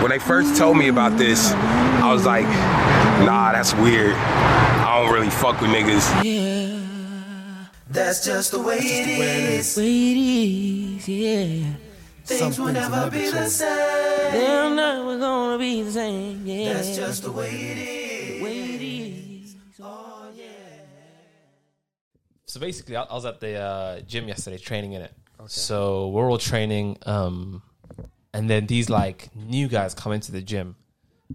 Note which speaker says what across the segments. Speaker 1: when they first told me about this, I was like, nah, that's weird. I don't really fuck with niggas.
Speaker 2: That's just the way it is.
Speaker 3: Ladies, yeah.
Speaker 2: Things will never be the same.
Speaker 3: Damn, now we're gonna be the same, yeah.
Speaker 2: That's just the way it is.
Speaker 3: Ladies.
Speaker 4: So basically, I, I was at the uh, gym yesterday training in it. So we're all training, um, and then these like new guys come into the gym,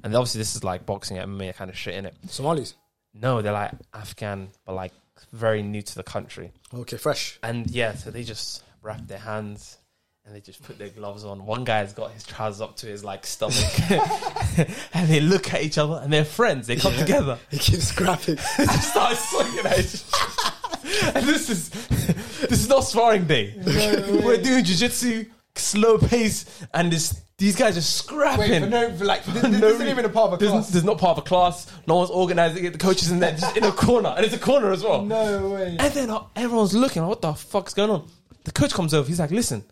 Speaker 4: and obviously this is like boxing MMA kind of shit in it.
Speaker 5: Somalis.
Speaker 4: No, they're like Afghan, but like very new to the country.
Speaker 5: Okay, fresh.
Speaker 4: And yeah, so they just wrap their hands and they just put their gloves on. One guy's got his trousers up to his like stomach, and they look at each other and they're friends. They come together.
Speaker 5: He keeps grabbing.
Speaker 4: They just start swinging at each And this is this is not sparring day. We're doing jiu-jitsu, slow pace, and this these guys are scrapping.
Speaker 6: Wait, for no, for like, this,
Speaker 4: For
Speaker 6: this
Speaker 4: no
Speaker 6: isn't
Speaker 4: reason.
Speaker 6: even a part of a
Speaker 4: This-
Speaker 6: class.
Speaker 4: This is not part of a class. No one's organizing it. The coaches in there, just in a corner, and it's a corner as well.
Speaker 6: no way.
Speaker 4: And then uh, everyone's looking, like, what the fuck's going on? The coach comes over, he's like, listen,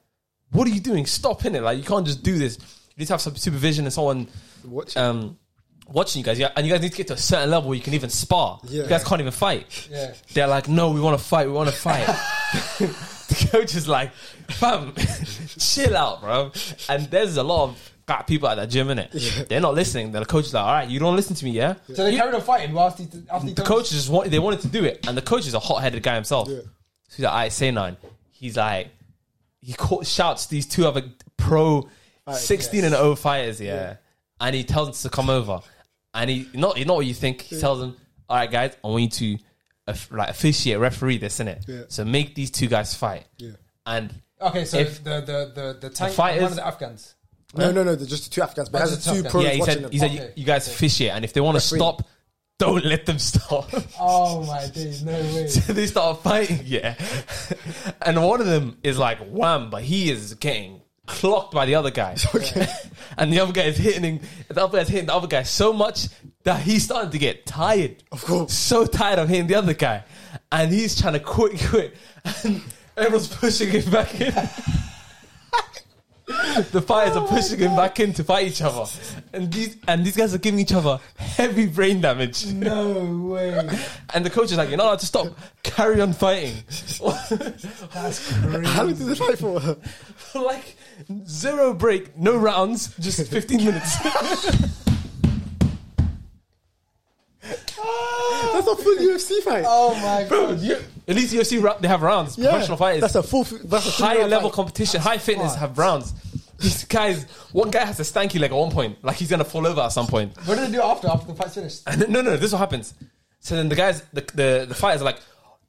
Speaker 4: what are you doing? Stop in it. Like, you can't just do this. You need to have some supervision and someone
Speaker 5: Watch.
Speaker 4: um, watching you guys. Yeah, And you guys need to get to a certain level where you can even spar.
Speaker 5: Yeah.
Speaker 4: You guys can't even fight.
Speaker 6: Yeah.
Speaker 4: They're like, no, we want to fight. We want to fight. the coach is like, fam, chill out, bro. And there's a lot of bad people at that gym, innit? They're not listening. The coach is like, all right, you don't listen to me, yeah?
Speaker 6: So they carried on fighting whilst he, after he
Speaker 4: the
Speaker 6: told-
Speaker 4: coach just wanted, they wanted to do it, and the coach is a hot-headed guy himself.
Speaker 5: Yeah.
Speaker 4: So he's like, "I say nine. He's like, he call, shouts these two other pro sixteen and 0 fighters, yeah. and he tells them to come over, and he not not what you think. He tells them, "All right, guys, I want you to of- like officiate, referee this, innit?
Speaker 5: Yeah.
Speaker 4: So make these two guys fight, and."
Speaker 6: Okay, so
Speaker 4: If-
Speaker 6: the the the the tank
Speaker 4: fighters-
Speaker 6: one of the Afghans.
Speaker 5: No, no, no. They're just the two Afghans, but
Speaker 6: Oh,
Speaker 5: has
Speaker 6: the
Speaker 5: the two
Speaker 6: Afghans.
Speaker 5: pros
Speaker 4: Yeah, he
Speaker 5: watching
Speaker 4: said,
Speaker 5: them.
Speaker 4: he said,
Speaker 6: Okay.
Speaker 4: you guys officiate, and if they want to
Speaker 5: Referee.
Speaker 4: stop, don't let them stop.
Speaker 6: Oh my days, no way.
Speaker 4: So they start fighting, yeah. And one of them is like wham, but he is getting clocked by the other guy. and the other guy is hitting the other guy's hitting the other guy so much that he's starting to get tired. Of
Speaker 5: course.
Speaker 4: So tired of hitting the other guy. And he's trying to quit quit. And everyone's pushing him back in. The fighters are pushing him back in to fight each other, and these and these guys are giving each other heavy brain damage.
Speaker 6: No way.
Speaker 4: And the coach is like, you're not allowed to stop. Carry on fighting.
Speaker 5: How long did they fight for?
Speaker 4: like, zero break, no rounds, just 15 minutes.
Speaker 5: That's a full UFC fight.
Speaker 6: Oh my god.
Speaker 4: You- At least UFC, ra- they have rounds.
Speaker 5: yeah,
Speaker 4: Professional fighters.
Speaker 5: That's a full. That's a
Speaker 4: higher
Speaker 5: three-round
Speaker 4: level
Speaker 5: fight.
Speaker 4: competition, high fitness have rounds. These guys, one guy has a stanky leg at one point, like he's gonna fall over at some point.
Speaker 6: What did they do after after the fight's finished?
Speaker 4: And then- no, no, this is what happens. So then the guys, the, the, the fighters are like,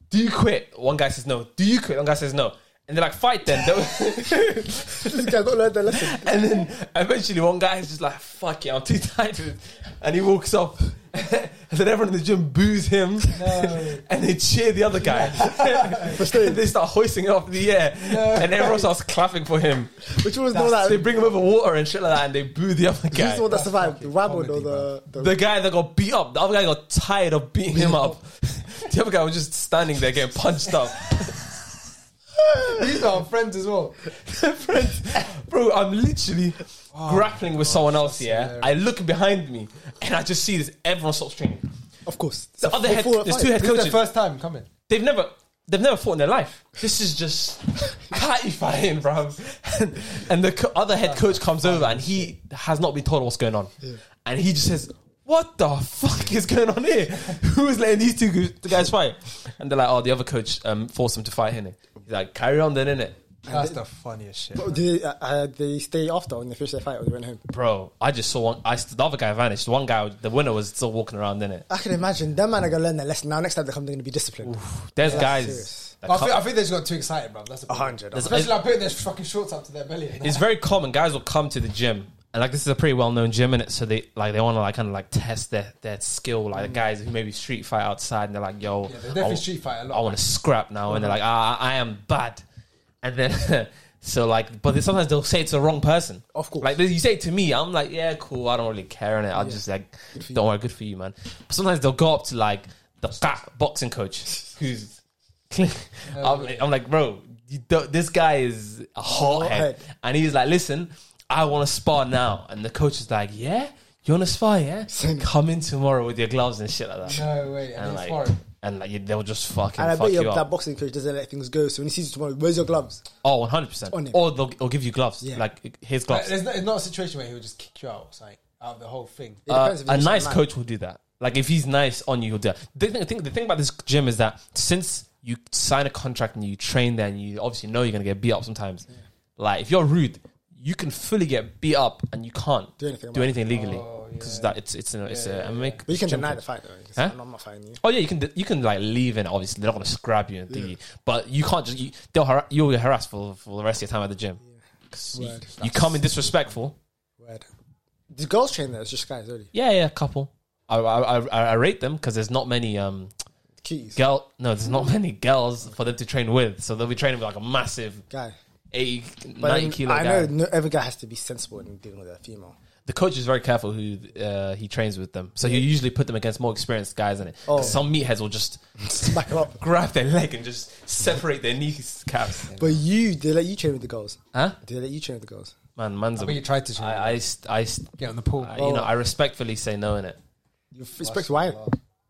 Speaker 4: do you quit? One guy says no. Do you quit? One guy says no. And they're like, fight then. They'll-
Speaker 5: These guys don't learn their lesson.
Speaker 4: And then eventually one guy is just like, fuck it, I'm too tired. for this." And he walks off. and then everyone in the gym boos him. and they cheer the other guy.
Speaker 5: staying.
Speaker 4: they start hoisting him up in the air. And everyone starts clapping for him.
Speaker 5: Which one was the one that?
Speaker 4: they bring him over water and shit like that and they boo the other
Speaker 5: Who's
Speaker 4: guy.
Speaker 5: the one that survived? The Ramon or the? the-
Speaker 4: The guy that got beat up, the other guy got tired of beating him up. the other guy was just standing there getting punched up.
Speaker 6: These are friends as well.
Speaker 4: friends. Bro, I'm literally grappling with someone else, yeah? I look behind me and I just see this. Everyone stops training.
Speaker 5: Of course.
Speaker 4: The other head,
Speaker 5: Full- full
Speaker 4: there's
Speaker 5: fight.
Speaker 4: two head
Speaker 6: This is their
Speaker 4: coaches.
Speaker 6: first time coming.
Speaker 4: they've never, they've never fought in their life. This is just party fighting, bro. And, and the co- other head coach comes over and he has not been told what's going on, and he just says. What the fuck is going on here? Who is letting these two gu- the guys fight? And they're like, oh, the other coach um, forced him to fight him. He's like, carry on then, innit?
Speaker 6: That's the funniest shit.
Speaker 5: Did they, uh, uh, they stay after when they finished their fight or they went home?
Speaker 4: Bro, I just saw one. I the other guy vanished. One guy, the winner, was still walking around in it.
Speaker 5: I can imagine. Them man are gonna learn their lesson. Now next time they come, they're gonna be disciplined.
Speaker 4: There's
Speaker 5: serious.
Speaker 4: guys. that
Speaker 6: I
Speaker 4: come-
Speaker 6: think, I think they just got too excited, bro. That's a
Speaker 5: A hundred.
Speaker 4: There's-
Speaker 6: Especially like putting their fucking shorts up to their belly.
Speaker 4: it's very common. Guys will come to the gym, and like this is a pretty well known gym in it. So they like they want to like kind of like test their their skill. Like the guys who maybe street fight outside, and they're like, "Yo,
Speaker 6: they're definitely
Speaker 4: I wa-
Speaker 6: street fight a lot.
Speaker 4: I want to scrap now," and they're like, "Ah, I I am bad," and then. So like, but then sometimes they'll say it to the wrong person.
Speaker 5: Of course.
Speaker 4: like you say it to me, I'm like, yeah, cool. I don't really care in it. I just like, don't worry, good for you, man. But sometimes they'll go up to like the fat boxing coach, who's I'm, like, I'm like, bro, you don't, this guy is a hot
Speaker 5: Hothead.
Speaker 4: head. And he's like, listen, I want to spar now. And the coach is like, yeah, you want to spar, yeah? Come in tomorrow with your gloves and shit like that.
Speaker 6: No, wait, I
Speaker 4: And
Speaker 6: mean,
Speaker 4: like,
Speaker 6: foreign.
Speaker 4: and like, you- they'll just fucking
Speaker 5: And I
Speaker 4: fuck
Speaker 5: bet
Speaker 4: you
Speaker 5: you
Speaker 4: up.
Speaker 5: that boxing coach doesn't let things go. So when he sees you tomorrow, where's your gloves?
Speaker 4: Oh, 100%.
Speaker 5: On him.
Speaker 4: Or they'll, they'll give you gloves.
Speaker 5: Yeah.
Speaker 4: Like, here's gloves.
Speaker 6: Like, there's, no, it's not a situation where he would just kick you out, like out of the whole thing.
Speaker 5: It
Speaker 4: Uh,
Speaker 5: depends if
Speaker 4: a
Speaker 5: he's just
Speaker 4: nice
Speaker 5: man.
Speaker 4: coach will do that. Like if he's nice on you, he'll do that. The thing, the thing, the thing about this gym is that since you sign a contract and you train there, and you obviously know you're gonna get beat up sometimes. Like if you're rude, you can fully get beat up, and you can't
Speaker 5: Do anything
Speaker 4: do
Speaker 5: about
Speaker 4: anything legally
Speaker 6: Oh,
Speaker 4: because
Speaker 6: yeah.
Speaker 4: that it's it's a, it's a MMA
Speaker 5: But you can
Speaker 4: gym
Speaker 5: deny
Speaker 4: contract.
Speaker 5: the fight though. You can say,
Speaker 4: Huh?
Speaker 5: "No, I'm not fighting you.
Speaker 4: Oh yeah, you can you can like leave and obviously they're not gonna scrap you and thingy, but you can't just you, they'll har- you'll get harassed for, for the rest of your time at the gym. 'Cause you-
Speaker 5: Word.
Speaker 4: you come in disrespectful,
Speaker 5: Word. The girls train there. It's just guys only.
Speaker 4: Yeah, yeah, a couple. I I, I, I rate them because there's not many um
Speaker 5: Keys.
Speaker 4: girl no there's
Speaker 5: Hmm.
Speaker 4: not many girls for them to train with, so they'll be training with like a massive
Speaker 5: Guy.
Speaker 4: 80,
Speaker 5: But
Speaker 4: 90
Speaker 5: then
Speaker 4: kilo
Speaker 5: I
Speaker 4: guy.
Speaker 5: know no, every guy has to be sensible in dealing with a female.
Speaker 4: The coach is very careful who uh, he trains with them, so he usually put them against more experienced guys in it. 'Cause
Speaker 5: Oh.
Speaker 4: Some meatheads will just
Speaker 5: Back him up.
Speaker 4: grab their leg and just separate their kneecaps.
Speaker 5: But you, they let you train with the girls.
Speaker 4: Huh?
Speaker 5: They let you train with the girls.
Speaker 4: Man, man's
Speaker 6: But you
Speaker 4: a,
Speaker 6: tried to train
Speaker 4: I, I, st- I, st-
Speaker 6: get on the pool.
Speaker 4: I- you know, I respectfully say no in it.
Speaker 5: You f- respect why?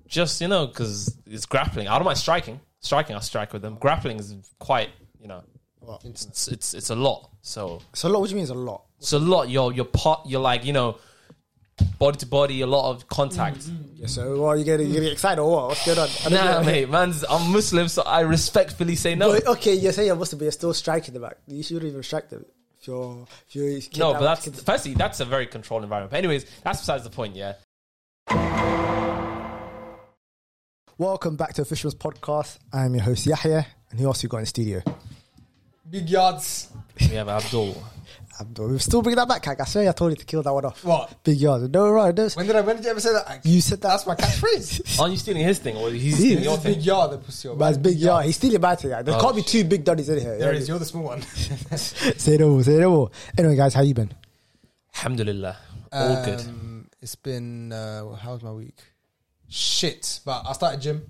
Speaker 4: just you know because it's grappling. I don't mind striking. Striking, I strike with them. Grappling is quite you know,
Speaker 5: What?
Speaker 4: it's it's it's a lot. So
Speaker 5: It's a lot. What do you mean? It's a lot.
Speaker 4: it's a lot. You're you're part. You're like you know, body to body, a lot of contact.
Speaker 6: Mm-hmm.
Speaker 5: Yeah, so what, you getting you getting excited or what? What's going on? I don't get
Speaker 4: Nah,
Speaker 5: it.
Speaker 4: mate, man's I'm Muslim, so I respectfully say no.
Speaker 5: But, Oh, okay, you're saying you're Muslim, but you're still striking the back. You shouldn't even strike them. If you're, if you're
Speaker 4: no, but that's firstly that's a very controlled environment. But anyways, that's besides the point. Yeah,
Speaker 5: Welcome back to the Fisherman's Podcast. I'm your host Yahya, and who else we got in the studio?
Speaker 6: Big yards.
Speaker 4: we have Abdul.
Speaker 5: Abdul. We're still bringing that back, Kak. I swear I told you to kill that one off.
Speaker 6: What?
Speaker 5: Big yards. No, right. No.
Speaker 6: When did I? When did you ever say that? I,
Speaker 5: You said that.
Speaker 6: that's my catchphrase.
Speaker 4: Aren't you stealing his thing or he's
Speaker 5: He
Speaker 4: stealing
Speaker 5: is.
Speaker 4: your
Speaker 6: It's
Speaker 4: thing?
Speaker 6: big yard that puts you over.
Speaker 5: But it's big yard. He's stealing back to There
Speaker 4: Oh,
Speaker 5: can't be two big daddies in here.
Speaker 6: There
Speaker 5: Yeah.
Speaker 6: is. You're the small one.
Speaker 5: Say no more. Say no more. Anyway, guys, how you been?
Speaker 4: Alhamdulillah, all good.
Speaker 6: Um, It's been uh, how was my week? Shit, but I started gym.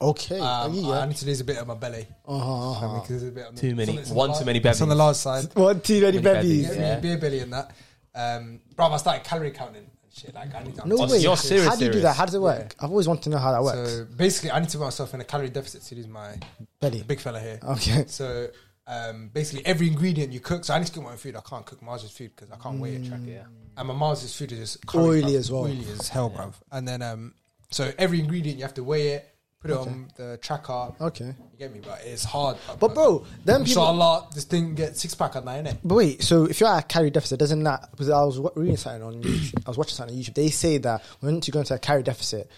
Speaker 5: Okay. Uh,
Speaker 6: Um,
Speaker 5: yeah.
Speaker 6: I need to lose a bit of my belly.
Speaker 5: uh-huh,
Speaker 6: I mean,
Speaker 5: uh-huh.
Speaker 6: 'cause it's a bit on the-
Speaker 4: Too many-
Speaker 6: it's on- it's on
Speaker 4: one
Speaker 6: the
Speaker 4: too
Speaker 6: lar-
Speaker 4: many
Speaker 6: It's on the
Speaker 4: bevvies.
Speaker 6: large side.
Speaker 5: One too many
Speaker 4: Many babies.
Speaker 5: babies.
Speaker 6: Get
Speaker 4: Yeah.
Speaker 6: me a beer belly and that. Um, bro, I started calorie counting and shit. Like I need to.
Speaker 5: No
Speaker 4: Oh, so
Speaker 5: way.
Speaker 4: you're serious,
Speaker 5: how do you do
Speaker 4: serious.
Speaker 5: that? How does it work? I've always wanted to know how that works.
Speaker 6: So basically, I need to put myself in a calorie deficit to lose my
Speaker 5: Belly.
Speaker 6: big fella here.
Speaker 5: Okay.
Speaker 6: So um, basically, every ingredient you cook. So I need to cook my own food. I can't cook Mars's food because I can't weigh it. Track it. And my Mars's food is just curry,
Speaker 5: Oily
Speaker 6: bruv.
Speaker 5: as well.
Speaker 6: Oily as hell, bruv. And then um, so every ingredient you have to weigh it, put it on the tracker.
Speaker 5: Okay.
Speaker 6: You get me? But it's hard. bruv.
Speaker 5: But bro, them people.
Speaker 6: Inshallah, this thing gets six pack at night, innit?
Speaker 5: But wait, so if you're at a calorie deficit, doesn't that? Because I was wa- reading something on, YouTube, I was watching something on YouTube. They say that when you go into a calorie deficit,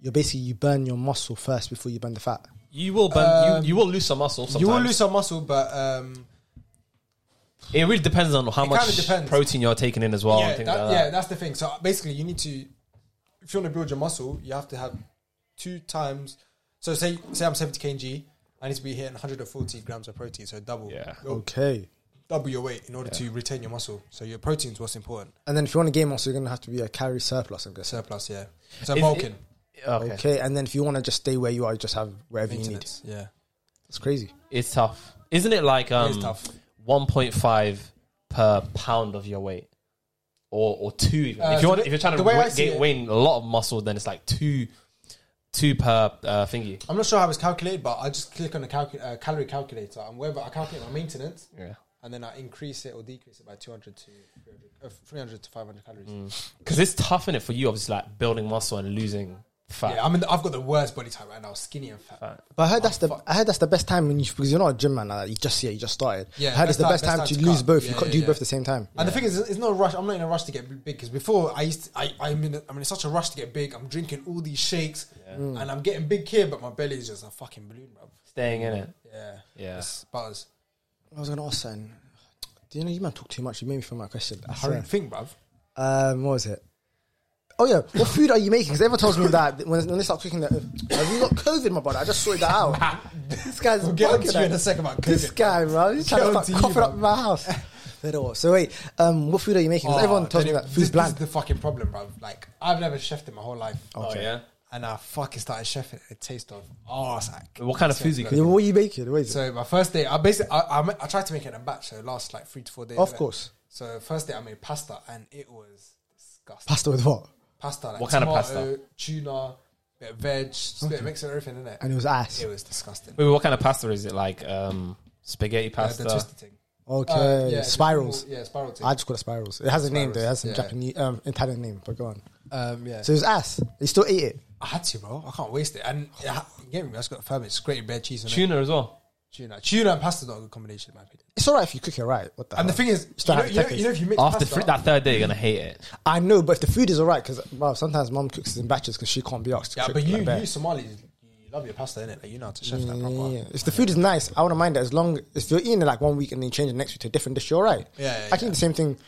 Speaker 5: you're basically you burn your muscle first before you burn the fat.
Speaker 4: You will, burn,
Speaker 6: Um,
Speaker 4: you, you will lose some muscle. Sometimes.
Speaker 6: You will lose some muscle, but um,
Speaker 4: It really depends on how
Speaker 6: It
Speaker 4: much
Speaker 6: kinda depends.
Speaker 4: protein you're taking in as well. and
Speaker 6: yeah,
Speaker 4: things
Speaker 6: that-
Speaker 4: like that.
Speaker 6: yeah, that's the thing. So basically, you need to, if you want to build your muscle, you have to have two times. So say say I'm 70 kg, I need to be hitting 140 grams of protein, so double.
Speaker 4: Yeah.
Speaker 6: You'll
Speaker 5: Okay.
Speaker 6: double your weight in order to retain your muscle. So your protein's what's important.
Speaker 5: And then if you want to gain muscle, you're gonna have to be a calorie surplus. I'm guessing.
Speaker 6: Surplus, yeah. So
Speaker 4: Is
Speaker 6: bulking,
Speaker 4: Okay.
Speaker 5: Okay. And then if you want to just stay where you are, you just have wherever you need.
Speaker 6: maintenance, yeah.
Speaker 5: It's crazy.
Speaker 4: It's tough. Isn't it like um,
Speaker 6: it's tough.
Speaker 4: 1.5 per pound of your weight? Or, or two even.
Speaker 6: Uh,
Speaker 4: if you
Speaker 6: the
Speaker 4: want,
Speaker 6: way-
Speaker 4: if you're trying to
Speaker 6: the way I
Speaker 4: wa-
Speaker 6: see
Speaker 4: gain,
Speaker 6: it-
Speaker 4: gain a lot of muscle, then it's like two, two per uh, thingy.
Speaker 6: I'm not sure how it's calculated, but I just click on the calcu- uh, calorie calculator and wherever I calculate my maintenance,
Speaker 4: Yeah.
Speaker 6: and then I increase it or decrease it by 200 to 300, uh, 300 to 500 calories.
Speaker 4: Because it's tough in it for you, obviously, like building muscle and losing fat.
Speaker 6: Yeah, I mean, I've got the worst body type right now, skinny and fat.
Speaker 5: But I heard that's the I heard that's the best time when you because you're not a gym man. Like, that. you just yeah, you just started.
Speaker 6: Yeah,
Speaker 5: I heard it's
Speaker 6: best
Speaker 5: the
Speaker 6: time-
Speaker 5: best
Speaker 6: best
Speaker 5: time,
Speaker 6: time
Speaker 5: to
Speaker 6: to
Speaker 5: lose
Speaker 6: cut.
Speaker 5: both. you
Speaker 6: Yeah,
Speaker 5: can't
Speaker 6: yeah,
Speaker 5: do both
Speaker 6: yeah.
Speaker 5: at the same time.
Speaker 6: And the thing is, it's not a rush. I'm not in a rush to get big because before I used, to, I, I'm in, a, I'm in such a rush to get big. I'm drinking all these shakes,
Speaker 5: Mm.
Speaker 6: and I'm getting big here, but my belly is just a fucking balloon, bro.
Speaker 4: Staying in it.
Speaker 6: Yeah,
Speaker 4: Yeah.
Speaker 6: It's butters.
Speaker 5: I was gonna ask something. Do you know you might talk too much? You made me think my question. I
Speaker 6: Hurry,
Speaker 5: swear.
Speaker 6: think, bruv.
Speaker 5: Um, what was it? Oh yeah, what food are you making? Because everyone tells me that when, when they start cooking, that uh, have you got COVID, my brother? I just sorted that out. this guy's
Speaker 6: We'll get onto
Speaker 5: bugging
Speaker 6: you in
Speaker 5: out.
Speaker 6: a second about
Speaker 5: This
Speaker 6: COVID.
Speaker 5: guy, bro, he's
Speaker 6: Get
Speaker 5: trying to start
Speaker 6: onto you,
Speaker 5: coughing
Speaker 6: bro.
Speaker 5: up my house. But all, so wait, um, what food are you making? 'Cause
Speaker 6: Oh,
Speaker 5: everyone tells me
Speaker 6: then
Speaker 5: that
Speaker 6: it-
Speaker 5: food's
Speaker 6: this, this is
Speaker 5: bland.
Speaker 6: the fucking problem, bro. Like I've never chefed in my whole life.
Speaker 4: Oh, yeah.
Speaker 6: and I fucking started chefing. It tastes of arse. like-
Speaker 4: What kind of foods are you
Speaker 5: Yeah,
Speaker 4: cooking?
Speaker 5: what are you making? What is it?
Speaker 6: So my first day, I basically I, I, ma- I tried to make it in a batch. So it lasts like three to four days.
Speaker 5: Of
Speaker 6: innit?
Speaker 5: course.
Speaker 6: So first day I made pasta and it was disgusting.
Speaker 5: Pasta with what?
Speaker 6: Pasta, like
Speaker 4: What kind of
Speaker 6: tomato,
Speaker 4: pasta?
Speaker 6: Tuna, bit of veg, just a bit of mix and everything in it.
Speaker 5: And it was ass.
Speaker 6: It was disgusting.
Speaker 4: Wait, what kind of pasta is it? Like um, spaghetti
Speaker 6: Uh,
Speaker 4: pasta?
Speaker 6: the twisted thing.
Speaker 5: Okay,
Speaker 6: Uh, yeah, the
Speaker 5: spirals.
Speaker 6: normal- Yeah, spiral thing.
Speaker 5: I just call it spirals. It has a name though. It has some
Speaker 6: yeah.
Speaker 5: Japanese, um, Italian name. But go on.
Speaker 6: Um, yeah.
Speaker 5: So it was ass. They still ate it.
Speaker 6: I had to, bro. I can't waste it. And it ha- you get me, I just got firm. It's grated bread cheese and tuna.
Speaker 4: Tuna as well.
Speaker 6: tuna. Tuna and pasta not a good combination, in my opinion.
Speaker 5: It's alright if you cook it right. What the?
Speaker 6: And the
Speaker 5: hell?
Speaker 6: thing is, you
Speaker 5: Still
Speaker 6: know,
Speaker 5: have
Speaker 6: you know,
Speaker 5: peppers.
Speaker 6: you know if you mix
Speaker 4: After
Speaker 6: pasta,
Speaker 4: th- that third day, you're going to hate it.
Speaker 5: I know, but if the food is alright, because well, sometimes mom cooks in batches because she can't be asked. To
Speaker 6: yeah,
Speaker 5: cook
Speaker 6: but you,
Speaker 5: like that.
Speaker 6: you Somalis, you love your pasta, innit? Like, you know how to chef that proper.
Speaker 5: Yeah, yeah. If the food is nice, I wouldn't mind it as long if you're eating it like one week and then change it next week to a different dish, you're all right.
Speaker 6: Yeah, yeah,
Speaker 5: I can eat
Speaker 6: yeah.
Speaker 5: the same thing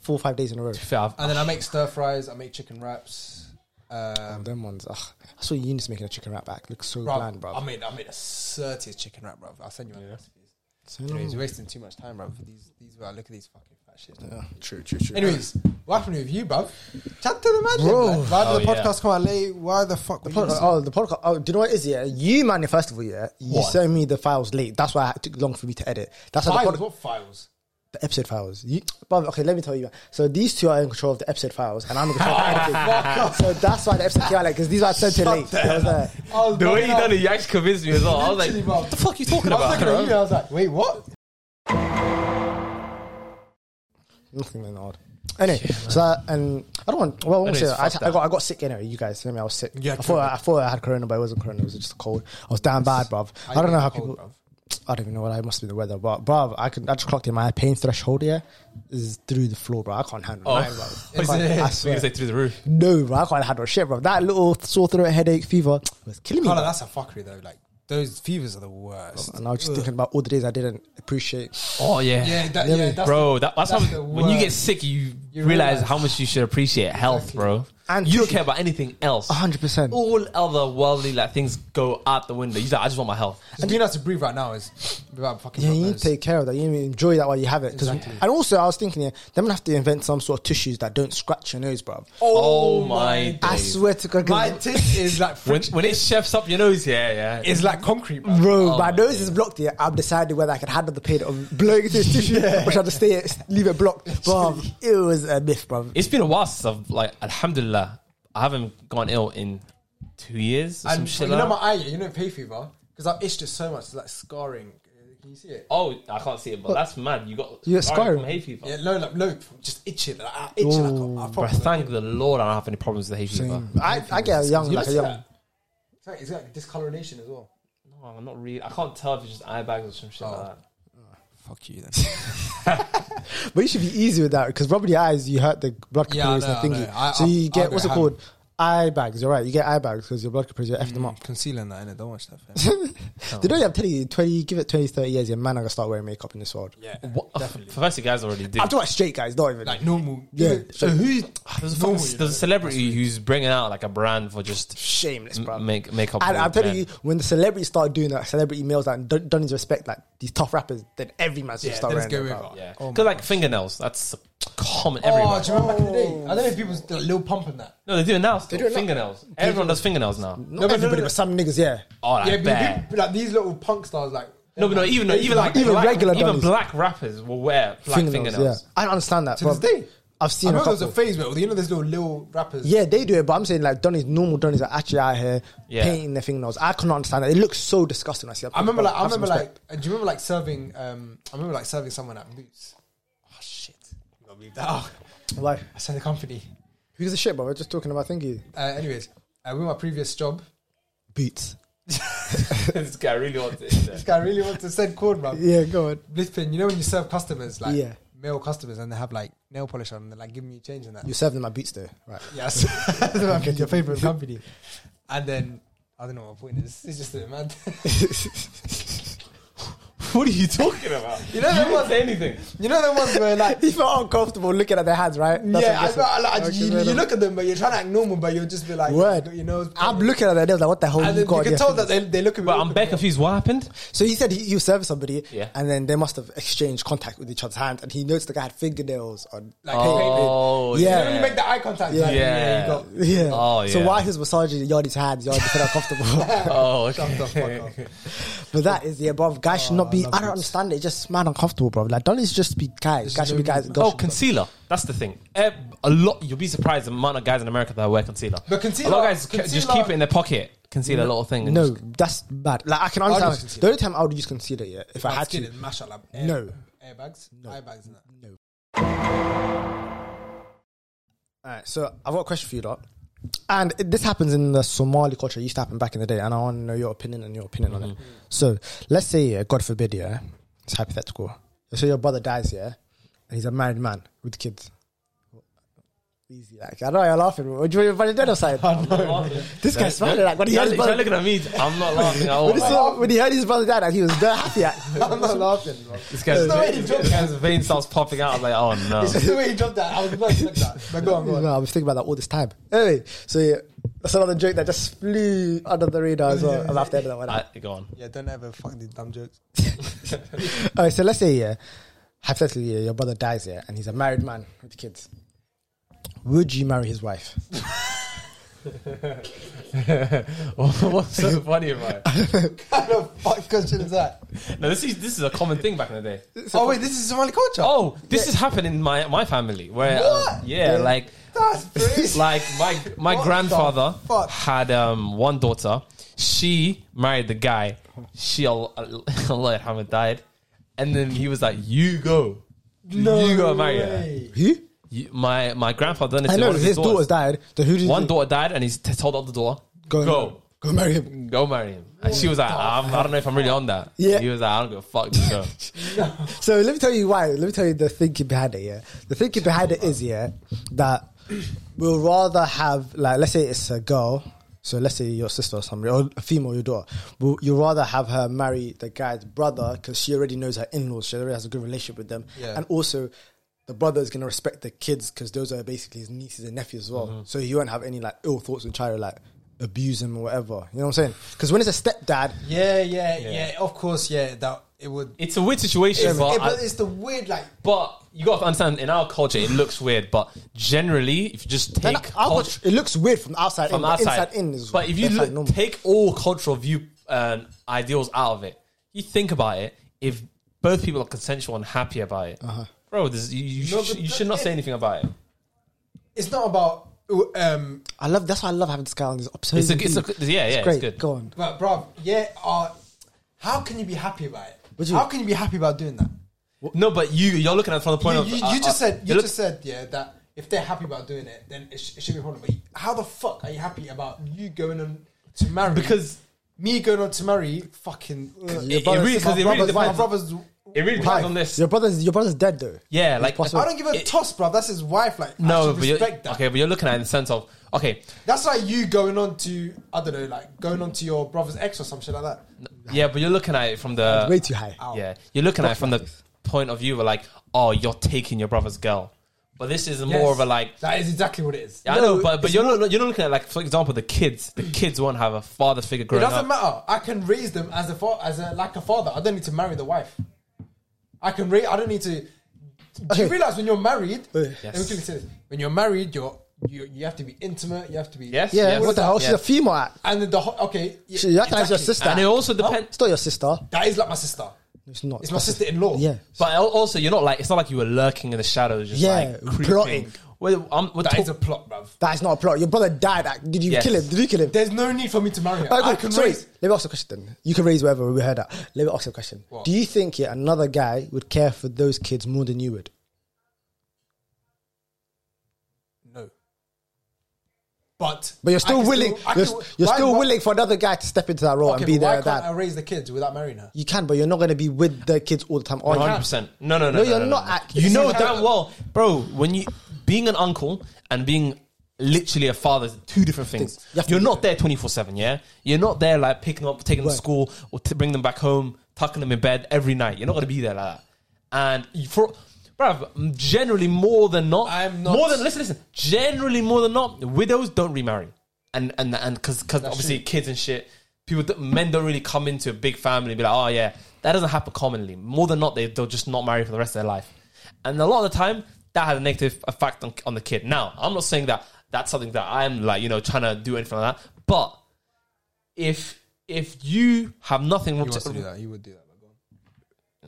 Speaker 5: four or five days in a row.
Speaker 4: Fair, I've-
Speaker 6: And then I make stir fries. I make chicken wraps. Um,
Speaker 5: Them ones, ugh. I saw Eunice making a chicken wrap back. Looks so
Speaker 6: bruv,
Speaker 5: bland, bro.
Speaker 6: I made I made a dirtiest chicken wrap, bro. I'll send you my recipes.
Speaker 5: so,
Speaker 6: You know, he's
Speaker 5: no.
Speaker 6: wasting too much time, bro. These these bro, look at these fucking fat shit.
Speaker 5: yeah, true, true, true.
Speaker 6: Anyways, what happened with you, bruv? Chat to the man,
Speaker 5: Bro.
Speaker 6: Like, why did
Speaker 4: Oh,
Speaker 6: the podcast
Speaker 4: yeah.
Speaker 6: come out late? Why the fuck?
Speaker 5: The
Speaker 6: were you
Speaker 5: podcast,
Speaker 6: listening?
Speaker 5: oh, the podcast. Oh, do you know what it is? Yeah, you man. First of all, yeah, you
Speaker 4: What?
Speaker 5: sent me the files late. That's why it took long for me to edit. That's why the,
Speaker 6: files?
Speaker 5: pod-
Speaker 6: What files?
Speaker 5: the episode files. You, but okay, let me tell you. man. So these two are in control of the episode files, and I'm in control of editing. So that's why the episode came out late because these are sent to late. I was like,
Speaker 6: I was
Speaker 4: the way
Speaker 6: bugging
Speaker 4: you done
Speaker 6: out.
Speaker 4: it, you actually convinced me as well. I was like,
Speaker 6: Oh, Literally, bruv.
Speaker 4: what the fuck are you talking
Speaker 6: I was
Speaker 4: about?
Speaker 6: looking at you.
Speaker 4: bro?
Speaker 6: I was like, wait, what?
Speaker 5: Nothing in odd. Anyway, so that, and I don't want. Well, I won't
Speaker 4: Anyways,
Speaker 5: say that. I,
Speaker 4: fuck
Speaker 5: t- I
Speaker 4: that.
Speaker 5: got I got sick anyway. You guys, I mean, I was sick.
Speaker 6: Yeah,
Speaker 5: I thought I, I thought I had corona, but it wasn't corona. It was just a cold. I was down bad, bruv. I, don't know how
Speaker 6: cold,
Speaker 5: people.
Speaker 6: bruv.
Speaker 5: I don't even know what I must be the weather, but bruv, I could. I just clocked in my pain threshold here is through the floor, bro. I can't handle
Speaker 4: Oh.
Speaker 5: mine, bro. I,
Speaker 6: Is
Speaker 5: can't-
Speaker 6: it?
Speaker 5: I
Speaker 4: So you
Speaker 5: swear.
Speaker 4: can say through the roof.
Speaker 5: no, bro. I can't handle shit, bro. That little sore throat, headache, fever was killing me.
Speaker 6: Carla,
Speaker 5: bruv.
Speaker 6: that's a fuckery though. Like those fevers are the worst.
Speaker 5: and I was just thinking about all the days I didn't appreciate.
Speaker 4: Oh, yeah.
Speaker 6: Yeah, that,
Speaker 5: Yeah,
Speaker 6: yeah, that's
Speaker 4: bro, that, that's,
Speaker 6: that's
Speaker 4: how.
Speaker 6: the
Speaker 4: When you get
Speaker 6: worst.
Speaker 4: sick, you,
Speaker 6: You
Speaker 4: realize,
Speaker 6: realize-
Speaker 4: how much you should appreciate health, bro.
Speaker 5: And
Speaker 4: And you don't
Speaker 5: sushi.
Speaker 4: care about anything else.
Speaker 5: hundred percent.
Speaker 4: All other worldly like things go out the window. He's like, I just want my health.
Speaker 6: Just being able to breathe right now is without fucking.
Speaker 5: Yeah,
Speaker 6: hot
Speaker 5: you need
Speaker 6: nose.
Speaker 5: to take care of that. You need to enjoy that while you have it. 'Cause-
Speaker 6: Exactly.
Speaker 5: And also, I was thinking, yeah, they're gonna have to invent some sort of tissues that don't scratch your nose, bro.
Speaker 4: Oh, my
Speaker 6: God.
Speaker 4: God.
Speaker 5: I
Speaker 4: Dave.
Speaker 5: swear to God, 'cause-
Speaker 6: My tit is like
Speaker 4: When,
Speaker 6: friction.
Speaker 4: when it chefs up your nose, yeah, yeah.
Speaker 6: It's like concrete, bro.
Speaker 5: bro,
Speaker 4: Oh
Speaker 5: my,
Speaker 4: my
Speaker 5: nose is blocked. Yeah, I've decided whether I can handle the pain of blowing through this tissue, or should I just stay it, leave it blocked, bro? It was a myth, bro.
Speaker 4: It's been a while since I've like, alhamdulillah, I haven't gone ill in two years or some
Speaker 6: And
Speaker 4: shit
Speaker 6: you
Speaker 4: like
Speaker 6: know
Speaker 4: that.
Speaker 6: my eye, you know pay fever because I itched it so much, it's like scarring. Can you see it?
Speaker 4: Oh, I can't see it, but that's mad. You got
Speaker 5: You got
Speaker 4: scarring
Speaker 5: scarring.
Speaker 4: from hay fever.
Speaker 6: Yeah, no, like, no, just itching. Like, I itch. Like, uh, I, I
Speaker 4: Bro,
Speaker 6: probably,
Speaker 4: thank the Lord I don't have any problems with hay fever.
Speaker 5: I, I get a young,
Speaker 6: you
Speaker 5: like a
Speaker 6: notice
Speaker 5: young.
Speaker 6: that? It's like, it's like discoloration as well.
Speaker 4: No, Oh, I'm not really. I can't tell if it's just eye bags or some shit like that.
Speaker 6: Oh, Fuck you then.
Speaker 5: But you should be easy with that because rubbing your eyes, you hurt the blood
Speaker 6: Yeah, I
Speaker 5: capillaries
Speaker 6: know,
Speaker 5: and the
Speaker 6: I
Speaker 5: thingy.
Speaker 6: know. I-
Speaker 5: so you
Speaker 6: I'll- I'll
Speaker 5: get
Speaker 6: do
Speaker 5: what's
Speaker 6: it
Speaker 5: it
Speaker 6: hand.
Speaker 5: called? Eye bags. You're right. You get eye bags because your blood capillaries. You
Speaker 6: Mm-hmm.
Speaker 5: f them up.
Speaker 6: Concealing that, innit? Don't watch that. Fam.
Speaker 5: They know you, I'm telling you, twenty, give it 20, 30 years, your man are gonna start wearing makeup in this world.
Speaker 6: Yeah,
Speaker 4: What?
Speaker 6: definitely.
Speaker 4: For first, you guys already did.
Speaker 5: I'm talking about straight guys, not even
Speaker 6: Like normal.
Speaker 5: Yeah.
Speaker 4: So who? There's a, fucking,
Speaker 6: No, you
Speaker 4: there's
Speaker 6: know.
Speaker 4: a celebrity who's bringing out like a brand for just
Speaker 5: shameless, bro.
Speaker 4: m- make makeup.
Speaker 5: I, I'm
Speaker 4: brand.
Speaker 5: telling you, when the celebrities start doing that, celebrity males that don't, don't need to respect like these tough rappers, then every man's
Speaker 6: Yeah,
Speaker 5: gonna start
Speaker 6: then
Speaker 5: wearing
Speaker 6: it's
Speaker 5: it.
Speaker 6: go
Speaker 5: bro.
Speaker 6: over.
Speaker 4: yeah,
Speaker 6: Oh my
Speaker 4: because like fingernails, that's common
Speaker 6: Oh,
Speaker 4: everywhere.
Speaker 6: do you remember back in the day? I don't know if people like, little pump and that.
Speaker 4: no, they do it now. Still.
Speaker 5: do it now.
Speaker 4: fingernails. Everyone does fingernails now.
Speaker 5: Not everybody, but some niggas, yeah.
Speaker 4: Oh, like
Speaker 6: yeah,
Speaker 4: yeah,
Speaker 6: but you- but, like these little punk stars, like
Speaker 4: No, but no, even
Speaker 6: They-
Speaker 4: even like
Speaker 5: even
Speaker 4: black,
Speaker 5: regular
Speaker 4: even
Speaker 5: dummies.
Speaker 4: black rappers will wear black
Speaker 5: Fingernails,
Speaker 4: fingernails.
Speaker 5: yeah. I don't understand that.
Speaker 6: to
Speaker 5: bro.
Speaker 6: this day.
Speaker 5: I've
Speaker 6: I
Speaker 5: seen a
Speaker 6: remember there was
Speaker 5: couple.
Speaker 6: a phase where you know there's little little rappers.
Speaker 5: yeah, they do it, but I'm saying like Donnie's normal Donnie's are actually out here
Speaker 4: Yeah.
Speaker 5: painting their fingernails. I cannot understand that. It looks so disgusting. I see.
Speaker 6: I remember like I remember like and do you remember like serving um I remember like serving someone at Boots. Oh shit. You gotta leave that out.
Speaker 5: like
Speaker 6: I said the company.
Speaker 5: who gives a shit, bro? We're just talking about thingy
Speaker 6: Uh, anyways, uh, with my previous job,
Speaker 5: boots.
Speaker 4: this guy really wants it. isn't
Speaker 6: this
Speaker 4: it?
Speaker 6: guy really wants to send corn, man.
Speaker 5: Yeah, go on.
Speaker 6: Blitzpin, you know when you serve customers like
Speaker 5: Yeah.
Speaker 6: male customers and they have like nail polish on and they're like giving you change and that.
Speaker 5: You serve them my boots though, right?
Speaker 6: Yes. That's what happened, your favourite company. And then, I don't know what my point is. It's just a man.
Speaker 4: What are you talking about?
Speaker 6: You know that
Speaker 4: you didn't
Speaker 6: one-
Speaker 4: say anything.
Speaker 6: you know the ones where like,
Speaker 5: He felt uncomfortable looking at their hands, right? That's what
Speaker 6: yeah,
Speaker 5: I'm
Speaker 6: I,
Speaker 5: guessing.
Speaker 6: I, like, I-
Speaker 5: Okay,
Speaker 6: you,
Speaker 5: fair
Speaker 6: you
Speaker 5: enough.
Speaker 6: look at them, but you're trying to act normal, but you'll just be like,
Speaker 5: Word.
Speaker 6: you know,
Speaker 5: I'm looking at their nails like, what the hell?
Speaker 6: And
Speaker 5: you
Speaker 6: then
Speaker 5: got
Speaker 6: you
Speaker 5: on
Speaker 6: can
Speaker 5: your
Speaker 6: tell
Speaker 5: fingers?
Speaker 6: that they, they look at me.
Speaker 4: But I'm back confused. What happened?
Speaker 5: So he said he, he was serving somebody,
Speaker 4: Yeah.
Speaker 5: and then they must have exchanged contact with each other's hands, and he noticed the guy had fingernails on.
Speaker 6: Like,
Speaker 4: Oh,
Speaker 5: Yeah.
Speaker 6: yeah. when you make the eye contact,
Speaker 5: Yeah.
Speaker 6: like, yeah, you
Speaker 4: Yeah.
Speaker 6: got
Speaker 5: Yeah.
Speaker 4: Oh,
Speaker 5: So
Speaker 4: yeah.
Speaker 5: while he was massaging Yardi's hands, Yardi felt uncomfortable.
Speaker 4: Oh, okay.
Speaker 6: shut the fuck up.
Speaker 5: but that is yeah, bruv. Guys should not be
Speaker 6: Oh,
Speaker 5: I don't understand it. It's just mad uncomfortable, bro. Like dollies just be guys. Guys should be guys. Girls
Speaker 4: Oh,
Speaker 5: should be girls.
Speaker 4: concealer. That's the thing. Eh, A lot. You'll be surprised the amount of guys in America that wear concealer.
Speaker 6: But concealer-
Speaker 4: A lot of guys ca- just
Speaker 6: concealer-
Speaker 4: keep it in their pocket, conceal a little thing. And
Speaker 5: No,
Speaker 4: just-
Speaker 5: that's bad. Like I can
Speaker 6: use
Speaker 5: understand.
Speaker 6: concealer.
Speaker 5: The only time I would use concealer, yeah, if I had
Speaker 6: skin
Speaker 5: to.
Speaker 6: and mash up like air,
Speaker 5: No,
Speaker 6: airbags, no. airbags, and that.
Speaker 5: no. Alright, so I've got a question for you, lot. And it- this happens in the Somali culture. It used to happen back in the day, and I want to know your opinion and your opinion on it. So let's say, yeah, God forbid, yeah, it's hypothetical. Let's say your brother dies, yeah, and he's a married man with kids. Easy, like I know you're laughing. Would you want your brother dead or something? This guy's smiling like when he heard
Speaker 4: Don't
Speaker 5: his
Speaker 4: look- don't
Speaker 5: brother.
Speaker 4: look at me. I'm not laughing. I
Speaker 5: When he,
Speaker 4: won't lie.
Speaker 5: saw, when he heard his brother died, like, he was dead happy. Like,
Speaker 6: I'm not laughing, bro.
Speaker 4: This guy's,
Speaker 6: no way he
Speaker 4: this guy's vein starts popping out. I'm like, oh no.
Speaker 6: Just the way you dropped that, I was not expect that. But go on, go on.
Speaker 5: No, I was thinking about that all this time. Anyway, so yeah, that's another joke that just flew under the radar as well. I laughed at that one.
Speaker 4: I, go on.
Speaker 6: Yeah, don't ever fuck these dumb jokes.
Speaker 5: All right, so let's say, yeah, hypothetically, yeah, your brother dies, yeah, and he's a married man with kids. Would you marry his wife?
Speaker 4: What's so funny about it?
Speaker 6: What the fuck question is that?
Speaker 4: No, this is this is a common thing back in the day.
Speaker 6: Oh wait, this is Somali culture.
Speaker 4: Oh, this has happened in my my family where uh,
Speaker 6: What?
Speaker 4: yeah, like
Speaker 6: that's crazy.
Speaker 4: like my my
Speaker 6: What the
Speaker 4: grandfather
Speaker 6: fuck?
Speaker 4: had um one daughter. She married the guy. She Allah Muhammad died, and then he was like, "You go, you go marry her."
Speaker 5: Who?
Speaker 4: You- my my grandfather. Then
Speaker 5: I know his daughter's died. So who did
Speaker 4: One daughter died, and he's t- told out the door.
Speaker 5: go,
Speaker 4: go.
Speaker 5: go, go marry him.
Speaker 4: Go marry him. And she was like, I'm, I don't know if I'm really on that.
Speaker 5: Yeah.
Speaker 4: He was like, I don't give a fuck. Just go.
Speaker 5: So let me tell you why. Let me tell you the thinking behind it. Yeah, the thinking behind it is yeah that we'll rather have like let's say it's a girl. So let's say your sister or somebody or a female, your daughter. Well, you'd rather have her marry the guy's brother because she already knows her in-laws. She already has a good relationship with them,
Speaker 6: Yeah.
Speaker 5: and also the brother is going to respect the kids because those are basically his nieces and nephews as
Speaker 4: Mm-hmm.
Speaker 5: well. So he won't have any like ill thoughts and try to like abuse him or whatever. You know what I'm saying? Because when it's a stepdad,
Speaker 6: Yeah, yeah, yeah, Of course, yeah. That it would.
Speaker 4: It's a weird situation,
Speaker 6: It's,
Speaker 4: but,
Speaker 6: it-
Speaker 4: I-
Speaker 6: but it's the weird, like
Speaker 4: but you got to understand, in our culture, it looks weird, but generally, if you just
Speaker 5: then
Speaker 4: take
Speaker 5: I'll
Speaker 4: culture,
Speaker 5: watch- it looks weird from outside
Speaker 4: from
Speaker 5: in, but
Speaker 4: outside,
Speaker 5: inside in is
Speaker 4: but if you
Speaker 5: that's, like,
Speaker 4: look-
Speaker 5: normal.
Speaker 4: take all cultural view and ideals out of it, you think about it, if both people are consensual and happy about it, bro, this, you, you,
Speaker 6: No,
Speaker 4: should,
Speaker 6: but
Speaker 4: you should not say anything about it.
Speaker 6: it's not about. Um,
Speaker 5: I love that's why I love having this guy on this episode.
Speaker 4: It's a, it's a, yeah, yeah, it's,
Speaker 5: great.
Speaker 4: good.
Speaker 5: Go on.
Speaker 6: but bro, yeah. Uh, how can you be happy about it?
Speaker 5: Would you-
Speaker 6: How can you be happy about doing that?
Speaker 4: No, but you, you're looking at it from the point
Speaker 6: You,
Speaker 4: of.
Speaker 6: you,
Speaker 4: uh,
Speaker 6: you
Speaker 4: uh,
Speaker 6: just said you
Speaker 4: you're look-
Speaker 6: just said yeah that if they're happy about doing it, then it, sh- it should be a problem. But you- how the fuck are you happy about you going on to marry?
Speaker 4: Because
Speaker 6: me going on to marry fucking ugh,
Speaker 5: Your
Speaker 4: it
Speaker 5: brother's-
Speaker 4: really- 'cause
Speaker 5: my
Speaker 4: it really
Speaker 5: brother's
Speaker 6: my
Speaker 4: depends.
Speaker 5: wife-
Speaker 6: brother's.
Speaker 4: it really
Speaker 5: wife.
Speaker 4: depends on this.
Speaker 5: Your brother's your brother's dead though.
Speaker 4: Yeah, like
Speaker 5: possible.
Speaker 6: I don't give a
Speaker 4: It-
Speaker 6: toss, bro. That's his wife. Like no, I
Speaker 4: no,
Speaker 6: should
Speaker 4: but you're,
Speaker 6: respect that.
Speaker 4: okay, but you're looking at it in the sense of okay,
Speaker 6: That's like you going on to I don't know, like going on to your brother's ex or some shit like that.
Speaker 4: yeah, but you're looking at it from the
Speaker 5: Way too high.
Speaker 4: yeah, you're looking at it from the point of view of like, oh, you're taking your brother's girl, but this is more
Speaker 6: Yes.
Speaker 4: of a like.
Speaker 6: That is exactly what it is.
Speaker 4: I know, but but you're not you're not looking at like for example the kids. The kids won't have a father figure
Speaker 6: It
Speaker 4: growing
Speaker 6: doesn't
Speaker 4: up.
Speaker 6: matter. I can raise them as a fa- as a like a father. I don't need to marry the wife. I can raise. I don't need to. Do
Speaker 5: Okay.
Speaker 6: you realize when you're married?
Speaker 5: Yes.
Speaker 6: Let me quickly say this. When you're married, you're you you have to be intimate. You have to be
Speaker 4: Yes,
Speaker 5: Yeah,
Speaker 4: yes,
Speaker 5: what the hell? She's a
Speaker 4: yes.
Speaker 5: female. act.
Speaker 6: And then the whole, okay, yeah,
Speaker 5: She, you have to ask your
Speaker 6: exactly.
Speaker 5: sister.
Speaker 4: And it also depends.
Speaker 5: it's not your sister.
Speaker 6: That is like my sister.
Speaker 5: It's not.
Speaker 6: It's my sister-in-law.
Speaker 5: Yeah.
Speaker 4: But al- also, you're not like it's not like you were lurking in the shadows, just
Speaker 5: Yeah,
Speaker 4: like creeping.
Speaker 5: plotting.
Speaker 4: Well, I'm, we're
Speaker 6: That
Speaker 4: talk-
Speaker 6: is a plot, bruv.
Speaker 5: That's not a plot. Your brother died. act. Did you
Speaker 4: Yes.
Speaker 5: kill him? Did you kill him?
Speaker 6: There's no need for me to marry her.
Speaker 5: Alright,
Speaker 6: I
Speaker 5: cool.
Speaker 6: can
Speaker 5: So wait,
Speaker 6: raise.
Speaker 5: Let me ask a question. then. You can raise whatever. We heard that. Let me ask you a question. Do you think yeah, another guy would care for those kids more than you would?
Speaker 6: No. But
Speaker 5: But you're
Speaker 6: I
Speaker 5: still
Speaker 6: can
Speaker 5: willing.
Speaker 6: I
Speaker 5: you're
Speaker 6: can-
Speaker 5: you're
Speaker 6: why-
Speaker 5: still
Speaker 6: why-
Speaker 5: willing for another guy to step into that role
Speaker 6: okay,
Speaker 5: and be
Speaker 6: but why
Speaker 5: there.
Speaker 6: can't I
Speaker 5: That
Speaker 6: raise the kids without marrying her?
Speaker 5: you can, but you're not going to be with the kids all the time. are you?
Speaker 4: 100. percent No, no, no.
Speaker 5: Oh, No, you're not act-
Speaker 4: You
Speaker 5: it's
Speaker 4: know
Speaker 5: not-
Speaker 4: damn well, bro. When you being an uncle and being literally a father is two different things.
Speaker 5: Things. You have to
Speaker 4: You're
Speaker 5: be
Speaker 4: not there 24 seven. Yeah, you're not there like picking up, taking them to
Speaker 5: Right.
Speaker 4: school, or to bring them back home, tucking them in bed every night. You're not gonna be there like that. And you, for bro, generally more than not,
Speaker 6: I'm not-
Speaker 4: more than listen, listen. Generally more than not, widows don't remarry, and and and because because obviously kids and shit. People, don't- men don't really come into a big family and be like, oh yeah, that doesn't happen commonly. More than not, they, they'll just not marry for the rest of their life. And a lot of the time, that had a negative effect on, on the kid. Now, I'm not saying that that's something that I'm like, you know, trying to do anything like that. But if if you have nothing wrong
Speaker 6: that. He would do that.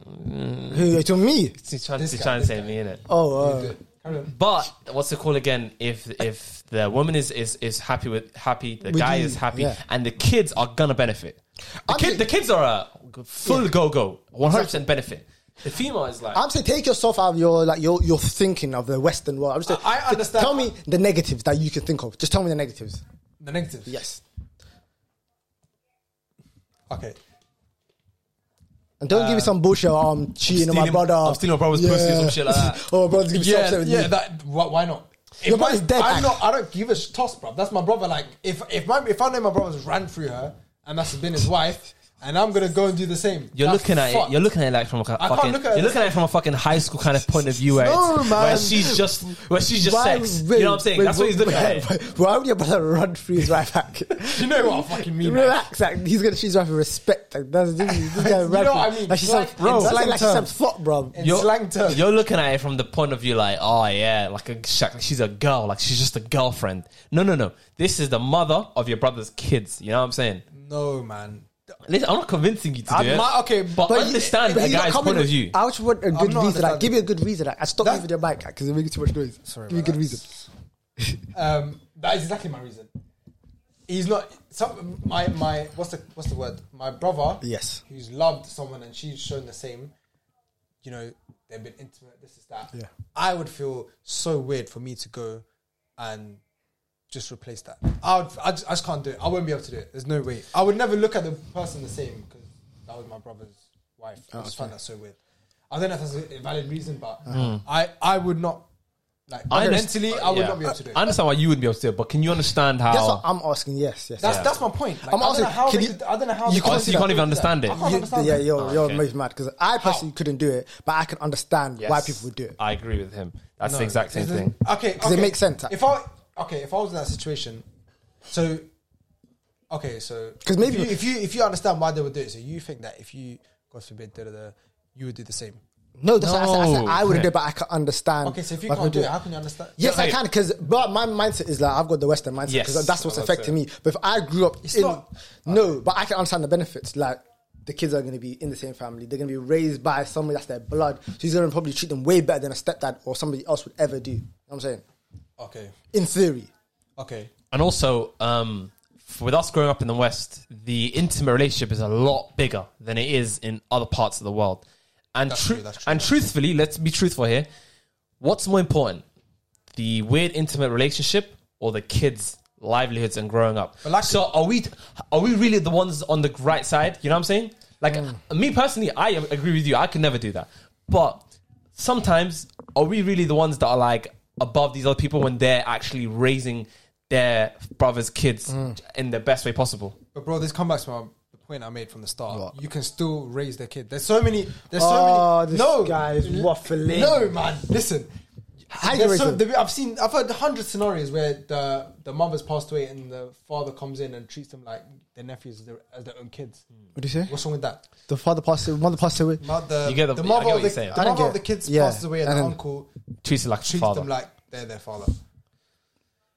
Speaker 5: Who, to me?
Speaker 4: He's trying,
Speaker 6: This
Speaker 4: he's
Speaker 6: guy,
Speaker 4: trying to
Speaker 6: this
Speaker 4: say me in it.
Speaker 5: Oh, uh,
Speaker 6: Carry on.
Speaker 4: But what's it called again? If if the woman is is, is happy with happy, the
Speaker 5: With
Speaker 4: guy
Speaker 5: you,
Speaker 4: is happy,
Speaker 5: yeah.
Speaker 4: and the kids are gonna benefit. The,
Speaker 5: I'm
Speaker 4: kid,
Speaker 5: saying-
Speaker 4: the kids are a full go go, one hundred percent benefit. The female is like
Speaker 5: I'm saying take yourself out of your like your your thinking of the Western world. I'm just saying,
Speaker 6: I- I
Speaker 5: t-
Speaker 6: understand.
Speaker 5: Tell me the negatives that you can think of. Just tell me the negatives.
Speaker 6: The negative.
Speaker 5: Yes,
Speaker 6: Okay.
Speaker 5: and don't give me some bullshit. Oh, I'm cheating on my
Speaker 4: stealing-
Speaker 5: brother.
Speaker 4: Uh, I'm stealing my brother's pussy or some shit like that.
Speaker 5: oh, brother's giving yeah,
Speaker 6: Yeah,
Speaker 5: upset with
Speaker 6: yeah.
Speaker 5: you.
Speaker 6: That, why, why not? If
Speaker 5: Your
Speaker 6: my-
Speaker 5: brother's dead,
Speaker 6: I'm
Speaker 5: man.
Speaker 6: not, I don't give a sh- toss, bro. That's my brother. Like, if if my if I know my brother's ran through her and that's been his wife, and I'm gonna go and do the same.
Speaker 4: You're
Speaker 6: that's
Speaker 4: looking at
Speaker 6: fucked.
Speaker 4: it. You're looking at it like from a
Speaker 6: can't
Speaker 4: fucking.
Speaker 6: look at it
Speaker 4: you're
Speaker 6: this
Speaker 4: looking at it from a fucking high school kind of point of view where,
Speaker 5: No,
Speaker 4: it's,
Speaker 5: man.
Speaker 4: where she's just where she's just
Speaker 5: Why-
Speaker 4: sex.
Speaker 5: wait,
Speaker 4: you know what I'm saying?
Speaker 5: wait,
Speaker 4: That's what he's looking
Speaker 5: wait,
Speaker 4: at. it.
Speaker 5: wait, Why would your brother run through his right back?
Speaker 6: You know what I fucking mean? man.
Speaker 5: Relax, like, he's gonna she's right with respect. Like, that's, this, this guy
Speaker 6: You know
Speaker 5: ran through-
Speaker 6: what I mean?
Speaker 5: Like she's
Speaker 6: Like,
Speaker 5: like,
Speaker 6: bro,
Speaker 5: bro, like,
Speaker 6: slang
Speaker 5: like she's
Speaker 6: term.
Speaker 5: some fuck, bro.
Speaker 6: In slang terms.
Speaker 4: You're looking at it from the point of view like, oh yeah, like a shack- she's a girl, like she's just a girlfriend. No, no, no. This is the mother of your brother's kids. You know what I'm saying?
Speaker 6: No, man.
Speaker 4: Listen, I'm not convincing you to do
Speaker 6: I'm
Speaker 4: it.
Speaker 6: not- okay,
Speaker 4: but,
Speaker 6: but
Speaker 4: understand
Speaker 6: but
Speaker 4: a
Speaker 5: he's not
Speaker 4: guy's
Speaker 5: coming
Speaker 4: point of
Speaker 5: with-
Speaker 4: view.
Speaker 5: I just want a good
Speaker 6: not
Speaker 5: reason. Like,
Speaker 6: understanding.
Speaker 5: give me a good reason. Like, I stopped
Speaker 6: That's-
Speaker 5: you with your bike because it's making too much noise.
Speaker 6: Sorry
Speaker 5: give me a
Speaker 6: about
Speaker 5: good
Speaker 6: that.
Speaker 5: reason.
Speaker 6: Um, that is exactly my reason. He's not some my my what's the what's the word? My brother.
Speaker 5: Yes.
Speaker 6: Who's loved someone and she's shown the same. You know, they've been intimate. This is that.
Speaker 5: Yeah.
Speaker 6: I would feel so weird for me to go and just replace that. I would, I, just, I just can't do it. I won't be able to do it. There's no way. I would never look at the person the same because that was my brother's wife.
Speaker 5: Oh,
Speaker 6: I just find that so weird. I don't know if that's a valid reason, but I I would not like
Speaker 4: understand-
Speaker 6: mentally. I would
Speaker 4: yeah.
Speaker 6: not be able to do it.
Speaker 4: I understand why you wouldn't be able to do it, but can you understand how?
Speaker 5: That's what I'm asking. Yes, yes.
Speaker 6: That's that's my point. Like,
Speaker 5: I'm
Speaker 6: I don't
Speaker 5: asking,
Speaker 6: know how
Speaker 5: can
Speaker 6: they
Speaker 5: you-
Speaker 6: did- I don't know how
Speaker 5: you
Speaker 6: they
Speaker 5: can't-
Speaker 6: did
Speaker 5: you
Speaker 6: that.
Speaker 4: can't even understand it.
Speaker 6: I can't
Speaker 5: You-
Speaker 6: understand
Speaker 5: yeah,
Speaker 6: that.
Speaker 5: you're
Speaker 4: Oh,
Speaker 5: you're
Speaker 4: okay.
Speaker 5: most mad because I personally couldn't do it, but I can understand why
Speaker 4: Yes.
Speaker 5: people would do it.
Speaker 4: I agree with him. That's
Speaker 6: No,
Speaker 4: the exact same
Speaker 6: it's the-
Speaker 4: thing.
Speaker 6: Okay, because
Speaker 5: it makes sense.
Speaker 6: If I okay, if I was in that situation, so okay, so
Speaker 5: 'Cause maybe-
Speaker 6: if you, if you if you understand why they would do it, so you think that if you God forbid da, da, da, you would do the same.
Speaker 5: No, that's what I said. I, said
Speaker 4: No.
Speaker 5: I wouldn't do it, but I can understand.
Speaker 6: Okay, so if you
Speaker 5: why
Speaker 6: can't
Speaker 5: people
Speaker 6: do it, how can you understand?
Speaker 5: Yes,
Speaker 4: Yeah,
Speaker 5: I
Speaker 4: hey.
Speaker 5: can because but my mindset is like I've got the Western mindset
Speaker 4: Yes,
Speaker 5: because that's what's
Speaker 4: I love
Speaker 5: affecting
Speaker 4: that.
Speaker 5: me. But if I grew up
Speaker 6: It's
Speaker 5: in
Speaker 6: not-
Speaker 5: no, but I can understand the benefits. Like the kids are going to be in the same family, they're going to be raised by somebody that's their blood. So he's going to probably treat them way better than a stepdad or somebody else would ever do. You know what I'm saying,
Speaker 6: Okay,
Speaker 5: in theory,
Speaker 6: okay,
Speaker 4: and also um, f- with us growing up in the West, the intimate relationship is a lot bigger than it is in other parts of the world. And
Speaker 6: That's
Speaker 4: tru-
Speaker 6: true, that's true.
Speaker 4: and truthfully, let's be truthful here. What's more important, the weird intimate relationship or the kids' livelihoods and growing up?
Speaker 6: But like-
Speaker 4: so are we? Are we really the ones on the right side? You know what I'm saying? Like
Speaker 6: Hmm.
Speaker 4: me personally, I agree with you. I could never do that. But sometimes, are we really the ones that are like above these other people when they're actually raising their brothers' kids
Speaker 6: Hmm.
Speaker 4: in the best way possible?
Speaker 6: but bro, this comes back to my, the point I made from the start. You can still raise their kid. There's so many. There's so
Speaker 5: Oh,
Speaker 6: many.
Speaker 5: this
Speaker 6: no,
Speaker 5: guy is waffling.
Speaker 6: No, man, listen.
Speaker 5: Hydroism.
Speaker 6: There's so- there- I've seen, I've heard hundred scenarios where the the mother's passed away and the father comes in and treats them like their nephews as their, as their own kids.
Speaker 5: What do you say?
Speaker 6: What's wrong with that?
Speaker 5: The father passed away, mother passed away.
Speaker 6: Mother,
Speaker 4: You get the-
Speaker 6: the,
Speaker 4: I
Speaker 6: mother
Speaker 4: get what
Speaker 6: of the,
Speaker 4: you're saying.
Speaker 6: the
Speaker 5: I don't
Speaker 6: mother of the
Speaker 5: get-
Speaker 6: kids
Speaker 5: yeah.
Speaker 6: passes away and,
Speaker 5: And
Speaker 6: the
Speaker 5: then-
Speaker 6: uncle
Speaker 4: Treats it like a
Speaker 6: treats
Speaker 4: father.
Speaker 6: them like they're their father.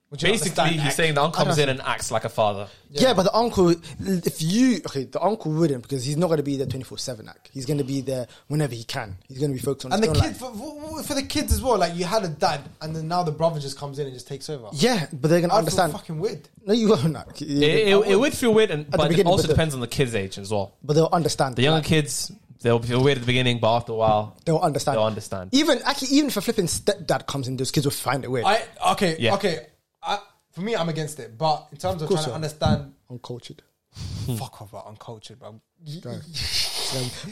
Speaker 6: Would you
Speaker 4: Basically,
Speaker 6: understand
Speaker 4: he's
Speaker 6: act-
Speaker 4: saying the uncle comes in and acts like a father.
Speaker 5: Yeah. but the uncle, if you okay, the uncle wouldn't because he's not going to be there twenty four seven. Like he's going to be there whenever he can. He's going to be focused on
Speaker 6: and
Speaker 5: his
Speaker 6: the
Speaker 5: own
Speaker 6: kid
Speaker 5: life.
Speaker 6: for, for, for the kids as well. Like you had a dad, and then now the brother just comes in and just takes over.
Speaker 5: Yeah, but they're going to
Speaker 6: I
Speaker 5: understand.
Speaker 6: understand. Fucking weird.
Speaker 5: No, you won't. like,
Speaker 4: It, it,
Speaker 5: you-
Speaker 4: it would feel weird, and,
Speaker 5: the
Speaker 4: but it
Speaker 5: beginning,
Speaker 4: also
Speaker 5: but the-
Speaker 4: depends on the kids' age as well.
Speaker 5: but they'll understand.
Speaker 4: The younger
Speaker 5: Like,
Speaker 4: kids, they'll feel weird at the beginning, but after a while,
Speaker 5: They'll understand.
Speaker 4: They'll understand.
Speaker 5: Even actually, even if a flipping stepdad comes in, those kids will find it weird.
Speaker 6: I okay,
Speaker 4: Yeah.
Speaker 6: okay. I, for me, I'm against it. But in terms of,
Speaker 5: course
Speaker 6: trying to
Speaker 5: you are.
Speaker 6: understand,
Speaker 5: Uncultured.
Speaker 6: fuck off, bro, uncultured, bro.
Speaker 5: But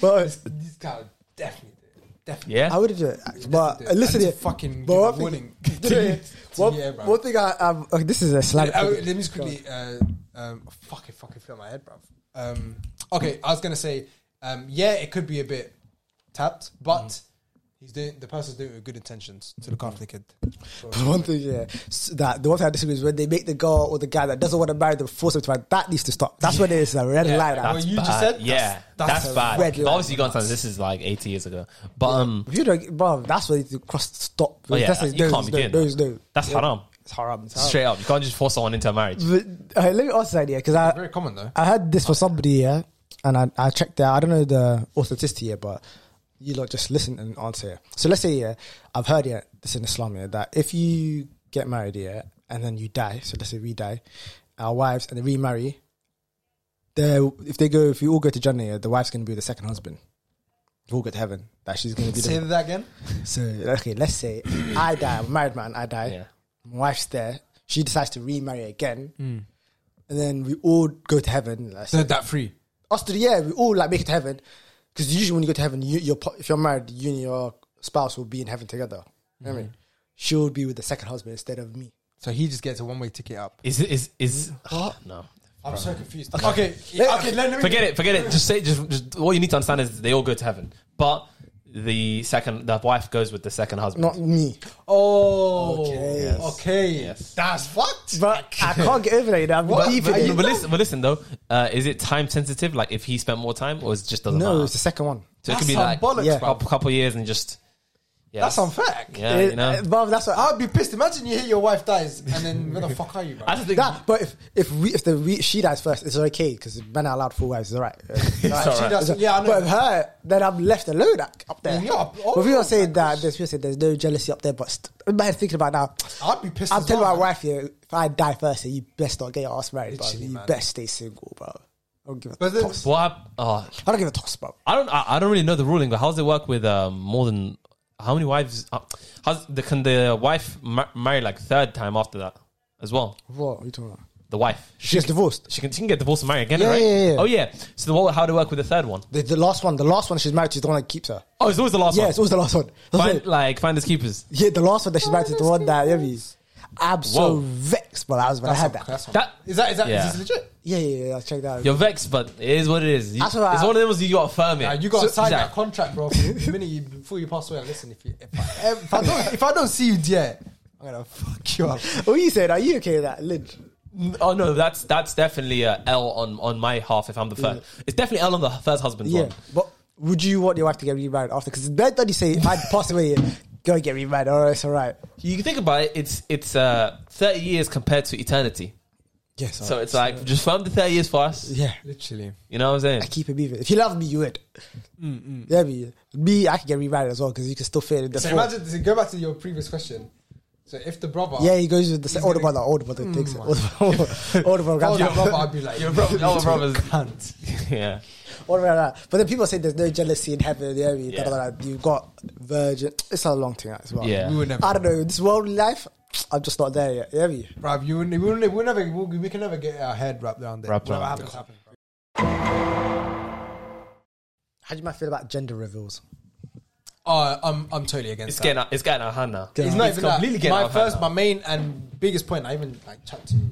Speaker 5: uh,
Speaker 6: This guy would definitely, did it. definitely.
Speaker 4: yeah,
Speaker 5: I would do it. actually, But uh, listen,
Speaker 6: I
Speaker 5: here.
Speaker 6: just fucking
Speaker 5: But
Speaker 6: give a
Speaker 5: one thing-
Speaker 6: warning.
Speaker 5: Yeah, One
Speaker 6: Yeah, bro.
Speaker 5: one thing I um, okay, this is a slight.
Speaker 6: Uh, let me just quickly. Uh, um, fuck it, fucking fill my head, bruv. Um, okay, I was gonna say, um, yeah, it could be a bit tapped, but he's doing the person's doing it with good intentions to look after the kid.
Speaker 5: But one thing, yeah, s- that the one thing I disagree is when they make the girl or the guy that doesn't want to marry them force them to marry. That needs to stop. That's when it's a red light.
Speaker 6: that's-
Speaker 5: Like,
Speaker 6: what you just
Speaker 4: bad.
Speaker 6: said,
Speaker 4: yeah,
Speaker 6: that's-
Speaker 4: that's,
Speaker 6: that's a
Speaker 4: bad.
Speaker 5: red
Speaker 4: But
Speaker 5: line.
Speaker 4: obviously, you got to understand this is like 80 years ago. But um,
Speaker 5: If you don't, bro, that's when you need to cross stop.
Speaker 4: oh yeah,
Speaker 5: that's
Speaker 4: you can't be doing
Speaker 5: those,
Speaker 4: that. That's haram.
Speaker 5: It's haram. It's haram.
Speaker 4: Straight up, you can't just force someone into a marriage.
Speaker 5: But, uh, let me ask that, yeah, because I
Speaker 6: Very common though.
Speaker 5: I heard this for somebody, yeah, and I, I checked it out. I don't know the authenticity here, but you lot just listen and answer. it. So let's say yeah, I've heard yeah this in Islam yeah that if you get married yeah and then you die, so let's say we die, our wives and they remarry, they if they go if you all go to Jannah, yeah, the wife's gonna be the second husband. We all go to heaven. That she's gonna be
Speaker 6: Say
Speaker 5: the
Speaker 6: that again.
Speaker 5: so okay. Let's say I die, I'm a married man, I die.
Speaker 4: Yeah.
Speaker 5: My wife's there. She decides to remarry again, and then we all go to heaven. Let's say
Speaker 6: Said that free.
Speaker 5: us to the yeah, we all like make it to heaven. Because usually when you go to heaven, you, your par- if you're married, you and your spouse will be in heaven together. You know what I mean, she'll be with the second husband instead of me.
Speaker 6: So he just gets a one way ticket up.
Speaker 4: Is it is is ah, no.
Speaker 6: I'm so confused. Okay, okay, okay let, let me
Speaker 4: Forget it, forget it. Just say just, just all you need to understand is they all go to heaven. But the second the wife goes with the second husband.
Speaker 5: Not me,
Speaker 6: Oh,
Speaker 5: Okay.
Speaker 6: okay.
Speaker 5: Yes.
Speaker 4: Yes.
Speaker 6: That's fucked.
Speaker 5: but I can't get over that. You know? I'm deep in
Speaker 4: but,
Speaker 5: it.
Speaker 4: but listen, but listen though, uh, is it time sensitive? Like if he spent more time, or it just doesn't
Speaker 5: No, it's
Speaker 4: matter?
Speaker 5: the second one.
Speaker 4: So it could
Speaker 6: That's
Speaker 4: be
Speaker 6: some
Speaker 4: like
Speaker 6: bollocks,
Speaker 5: Yeah.
Speaker 4: a couple, couple years and just yeah,
Speaker 6: That's unfair.
Speaker 4: yeah,
Speaker 5: It-
Speaker 4: you know.
Speaker 5: but that's what
Speaker 6: I'd be pissed. Imagine you hear your wife dies, and then where the fuck are you, bro?
Speaker 4: I just think
Speaker 5: That, but if if we if the re, she dies first, it's okay because men are allowed four wives. It's all right. It's all right.
Speaker 4: all
Speaker 5: She
Speaker 4: right.
Speaker 5: does-
Speaker 6: Yeah, I know.
Speaker 5: But with her, then I'm left alone up up there.
Speaker 6: Yeah, up- oh
Speaker 5: but people
Speaker 6: my
Speaker 5: say that
Speaker 6: gosh.
Speaker 5: there's people say there's no jealousy up there. But st- man, thinking about now,
Speaker 6: I'd be pissed
Speaker 5: I'm
Speaker 6: as
Speaker 5: telling
Speaker 6: well,
Speaker 5: my
Speaker 6: man.
Speaker 5: wife here, if I die first, you best not get your ass married, bro.
Speaker 6: Literally,
Speaker 5: You
Speaker 6: man.
Speaker 5: best stay single, bro. I don't give a
Speaker 6: But then-
Speaker 5: toss.
Speaker 4: what hap- oh,
Speaker 5: I don't give a toss, bro.
Speaker 4: I don't I, I don't really know the ruling, but how does it work with um, more than how many wives? Uh, how's the can the wife ma- marry like third time after that as well?
Speaker 5: What are you talking about?
Speaker 4: The wife
Speaker 5: She gets divorced.
Speaker 4: she can she can get divorced and marry again,
Speaker 5: Yeah,
Speaker 4: right?
Speaker 5: yeah, yeah.
Speaker 4: Oh yeah. So then what, how do it work with the third one?
Speaker 5: The, the last one, the last one she's married to is the one that keeps her.
Speaker 4: Oh, it's always the last
Speaker 5: Yeah,
Speaker 4: one.
Speaker 5: it's always the last one. That's
Speaker 4: Find,
Speaker 5: it.
Speaker 4: like finders keepers.
Speaker 5: Yeah, the last one that she married to is the one that yeah, he's- I'm so
Speaker 4: Whoa.
Speaker 5: vexed, bro. I was when I had that.
Speaker 4: That
Speaker 6: Is that is that is
Speaker 4: Yeah.
Speaker 6: this legit?
Speaker 5: Yeah, yeah, yeah. I checked that. out.
Speaker 4: You're vexed, but it is what it is. You,
Speaker 5: That's all right.
Speaker 4: It's one of those you got to firm it.
Speaker 6: Nah, you got to
Speaker 4: So-
Speaker 6: sign that
Speaker 4: Zach,
Speaker 6: contract, bro. The minute you before you pass away, listen. If you, if I, if I don't if I don't see you, dear, I'm gonna fuck you up.
Speaker 5: What you said? Are you okay with that, Lynch?
Speaker 4: Oh no, that's that's definitely a L on on my half if I'm the third. It's definitely L on the first husband's
Speaker 5: Yeah,
Speaker 4: one.
Speaker 5: but would you want your wife to get remarried after? Because that that you say if I'd pass away, go and get remarried. All right, it's all right.
Speaker 4: You can think about it. It's it's uh, thirty years compared to eternity.
Speaker 5: Yes.
Speaker 4: So it's like just firm the thirty years for us.
Speaker 5: yeah.
Speaker 6: Literally,
Speaker 4: You know what I'm saying?
Speaker 5: I keep it moving. If you love me, you would. Yeah, me, me, I can get remarried as well because you can still fit in the
Speaker 6: so
Speaker 5: four.
Speaker 6: imagine. So go back to your previous question. So if the brother,
Speaker 5: Yeah, he goes with the se- older
Speaker 6: gonna- Hmm.
Speaker 5: brother, older brother takes it. Older brother, older brother grabs
Speaker 6: older
Speaker 5: it.
Speaker 6: brother, I'd be like,
Speaker 4: Your bro- older brother's-
Speaker 6: cunt.
Speaker 4: yeah.
Speaker 5: Older brother. But then people say there's no jealousy in heaven. Yeah, me, da, da, da, da. you got virgin. It's a long thing as well.
Speaker 4: Yeah.
Speaker 6: We would never,
Speaker 5: I don't know. This worldly life, I'm just not there yet. Yeah, me.
Speaker 6: bro. You would, we would, we would never, we, would- we can never get our head wrapped around it.
Speaker 4: Wrapped
Speaker 6: Whatever
Speaker 4: around
Speaker 6: happens, happens, bro.
Speaker 5: How do you might feel about gender reveals?
Speaker 6: Oh, I'm, I'm totally against
Speaker 4: It's
Speaker 6: that.
Speaker 4: getting out, it's getting out of hand now.
Speaker 6: It's not
Speaker 4: It's
Speaker 6: even
Speaker 4: completely
Speaker 6: that.
Speaker 4: getting
Speaker 6: My
Speaker 4: out of hand
Speaker 6: first,
Speaker 4: now.
Speaker 6: my main and biggest point. I even like chat to you.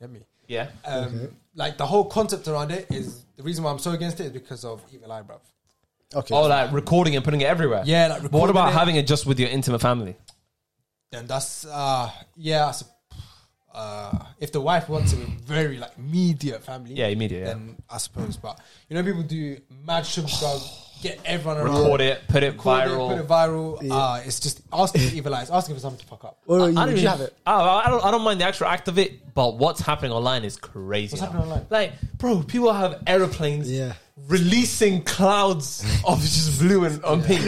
Speaker 6: Get me?
Speaker 4: Yeah.
Speaker 6: Um, Like the whole concept around it is the reason why I'm so against it is because of evil eye, bruv.
Speaker 5: Okay.
Speaker 4: Oh, like recording and putting it everywhere.
Speaker 6: Yeah, like
Speaker 4: But what about
Speaker 6: recording it.
Speaker 4: having it just with your intimate family?
Speaker 6: Then that's uh yeah. I sup- uh, if the wife wants a very like media family,
Speaker 4: Yeah, immediate. Yeah.
Speaker 6: then I suppose. But you know, people do mad shit, bruv. Get everyone around.
Speaker 4: Record it, put it
Speaker 6: Uh, Record
Speaker 4: viral.
Speaker 6: It, put it viral. Uh, it's just asking for evil eyes, asking for something to fuck up.
Speaker 5: What about you?
Speaker 4: I
Speaker 5: Would
Speaker 4: don't
Speaker 5: you
Speaker 4: even,
Speaker 5: have it?
Speaker 4: Oh, I don't. I don't mind the actual act of it, but what's happening online is crazy.
Speaker 6: What's
Speaker 4: now.
Speaker 6: happening online?
Speaker 4: Like, bro, people have aeroplanes.
Speaker 5: Yeah.
Speaker 4: Releasing clouds of just blue and on pink,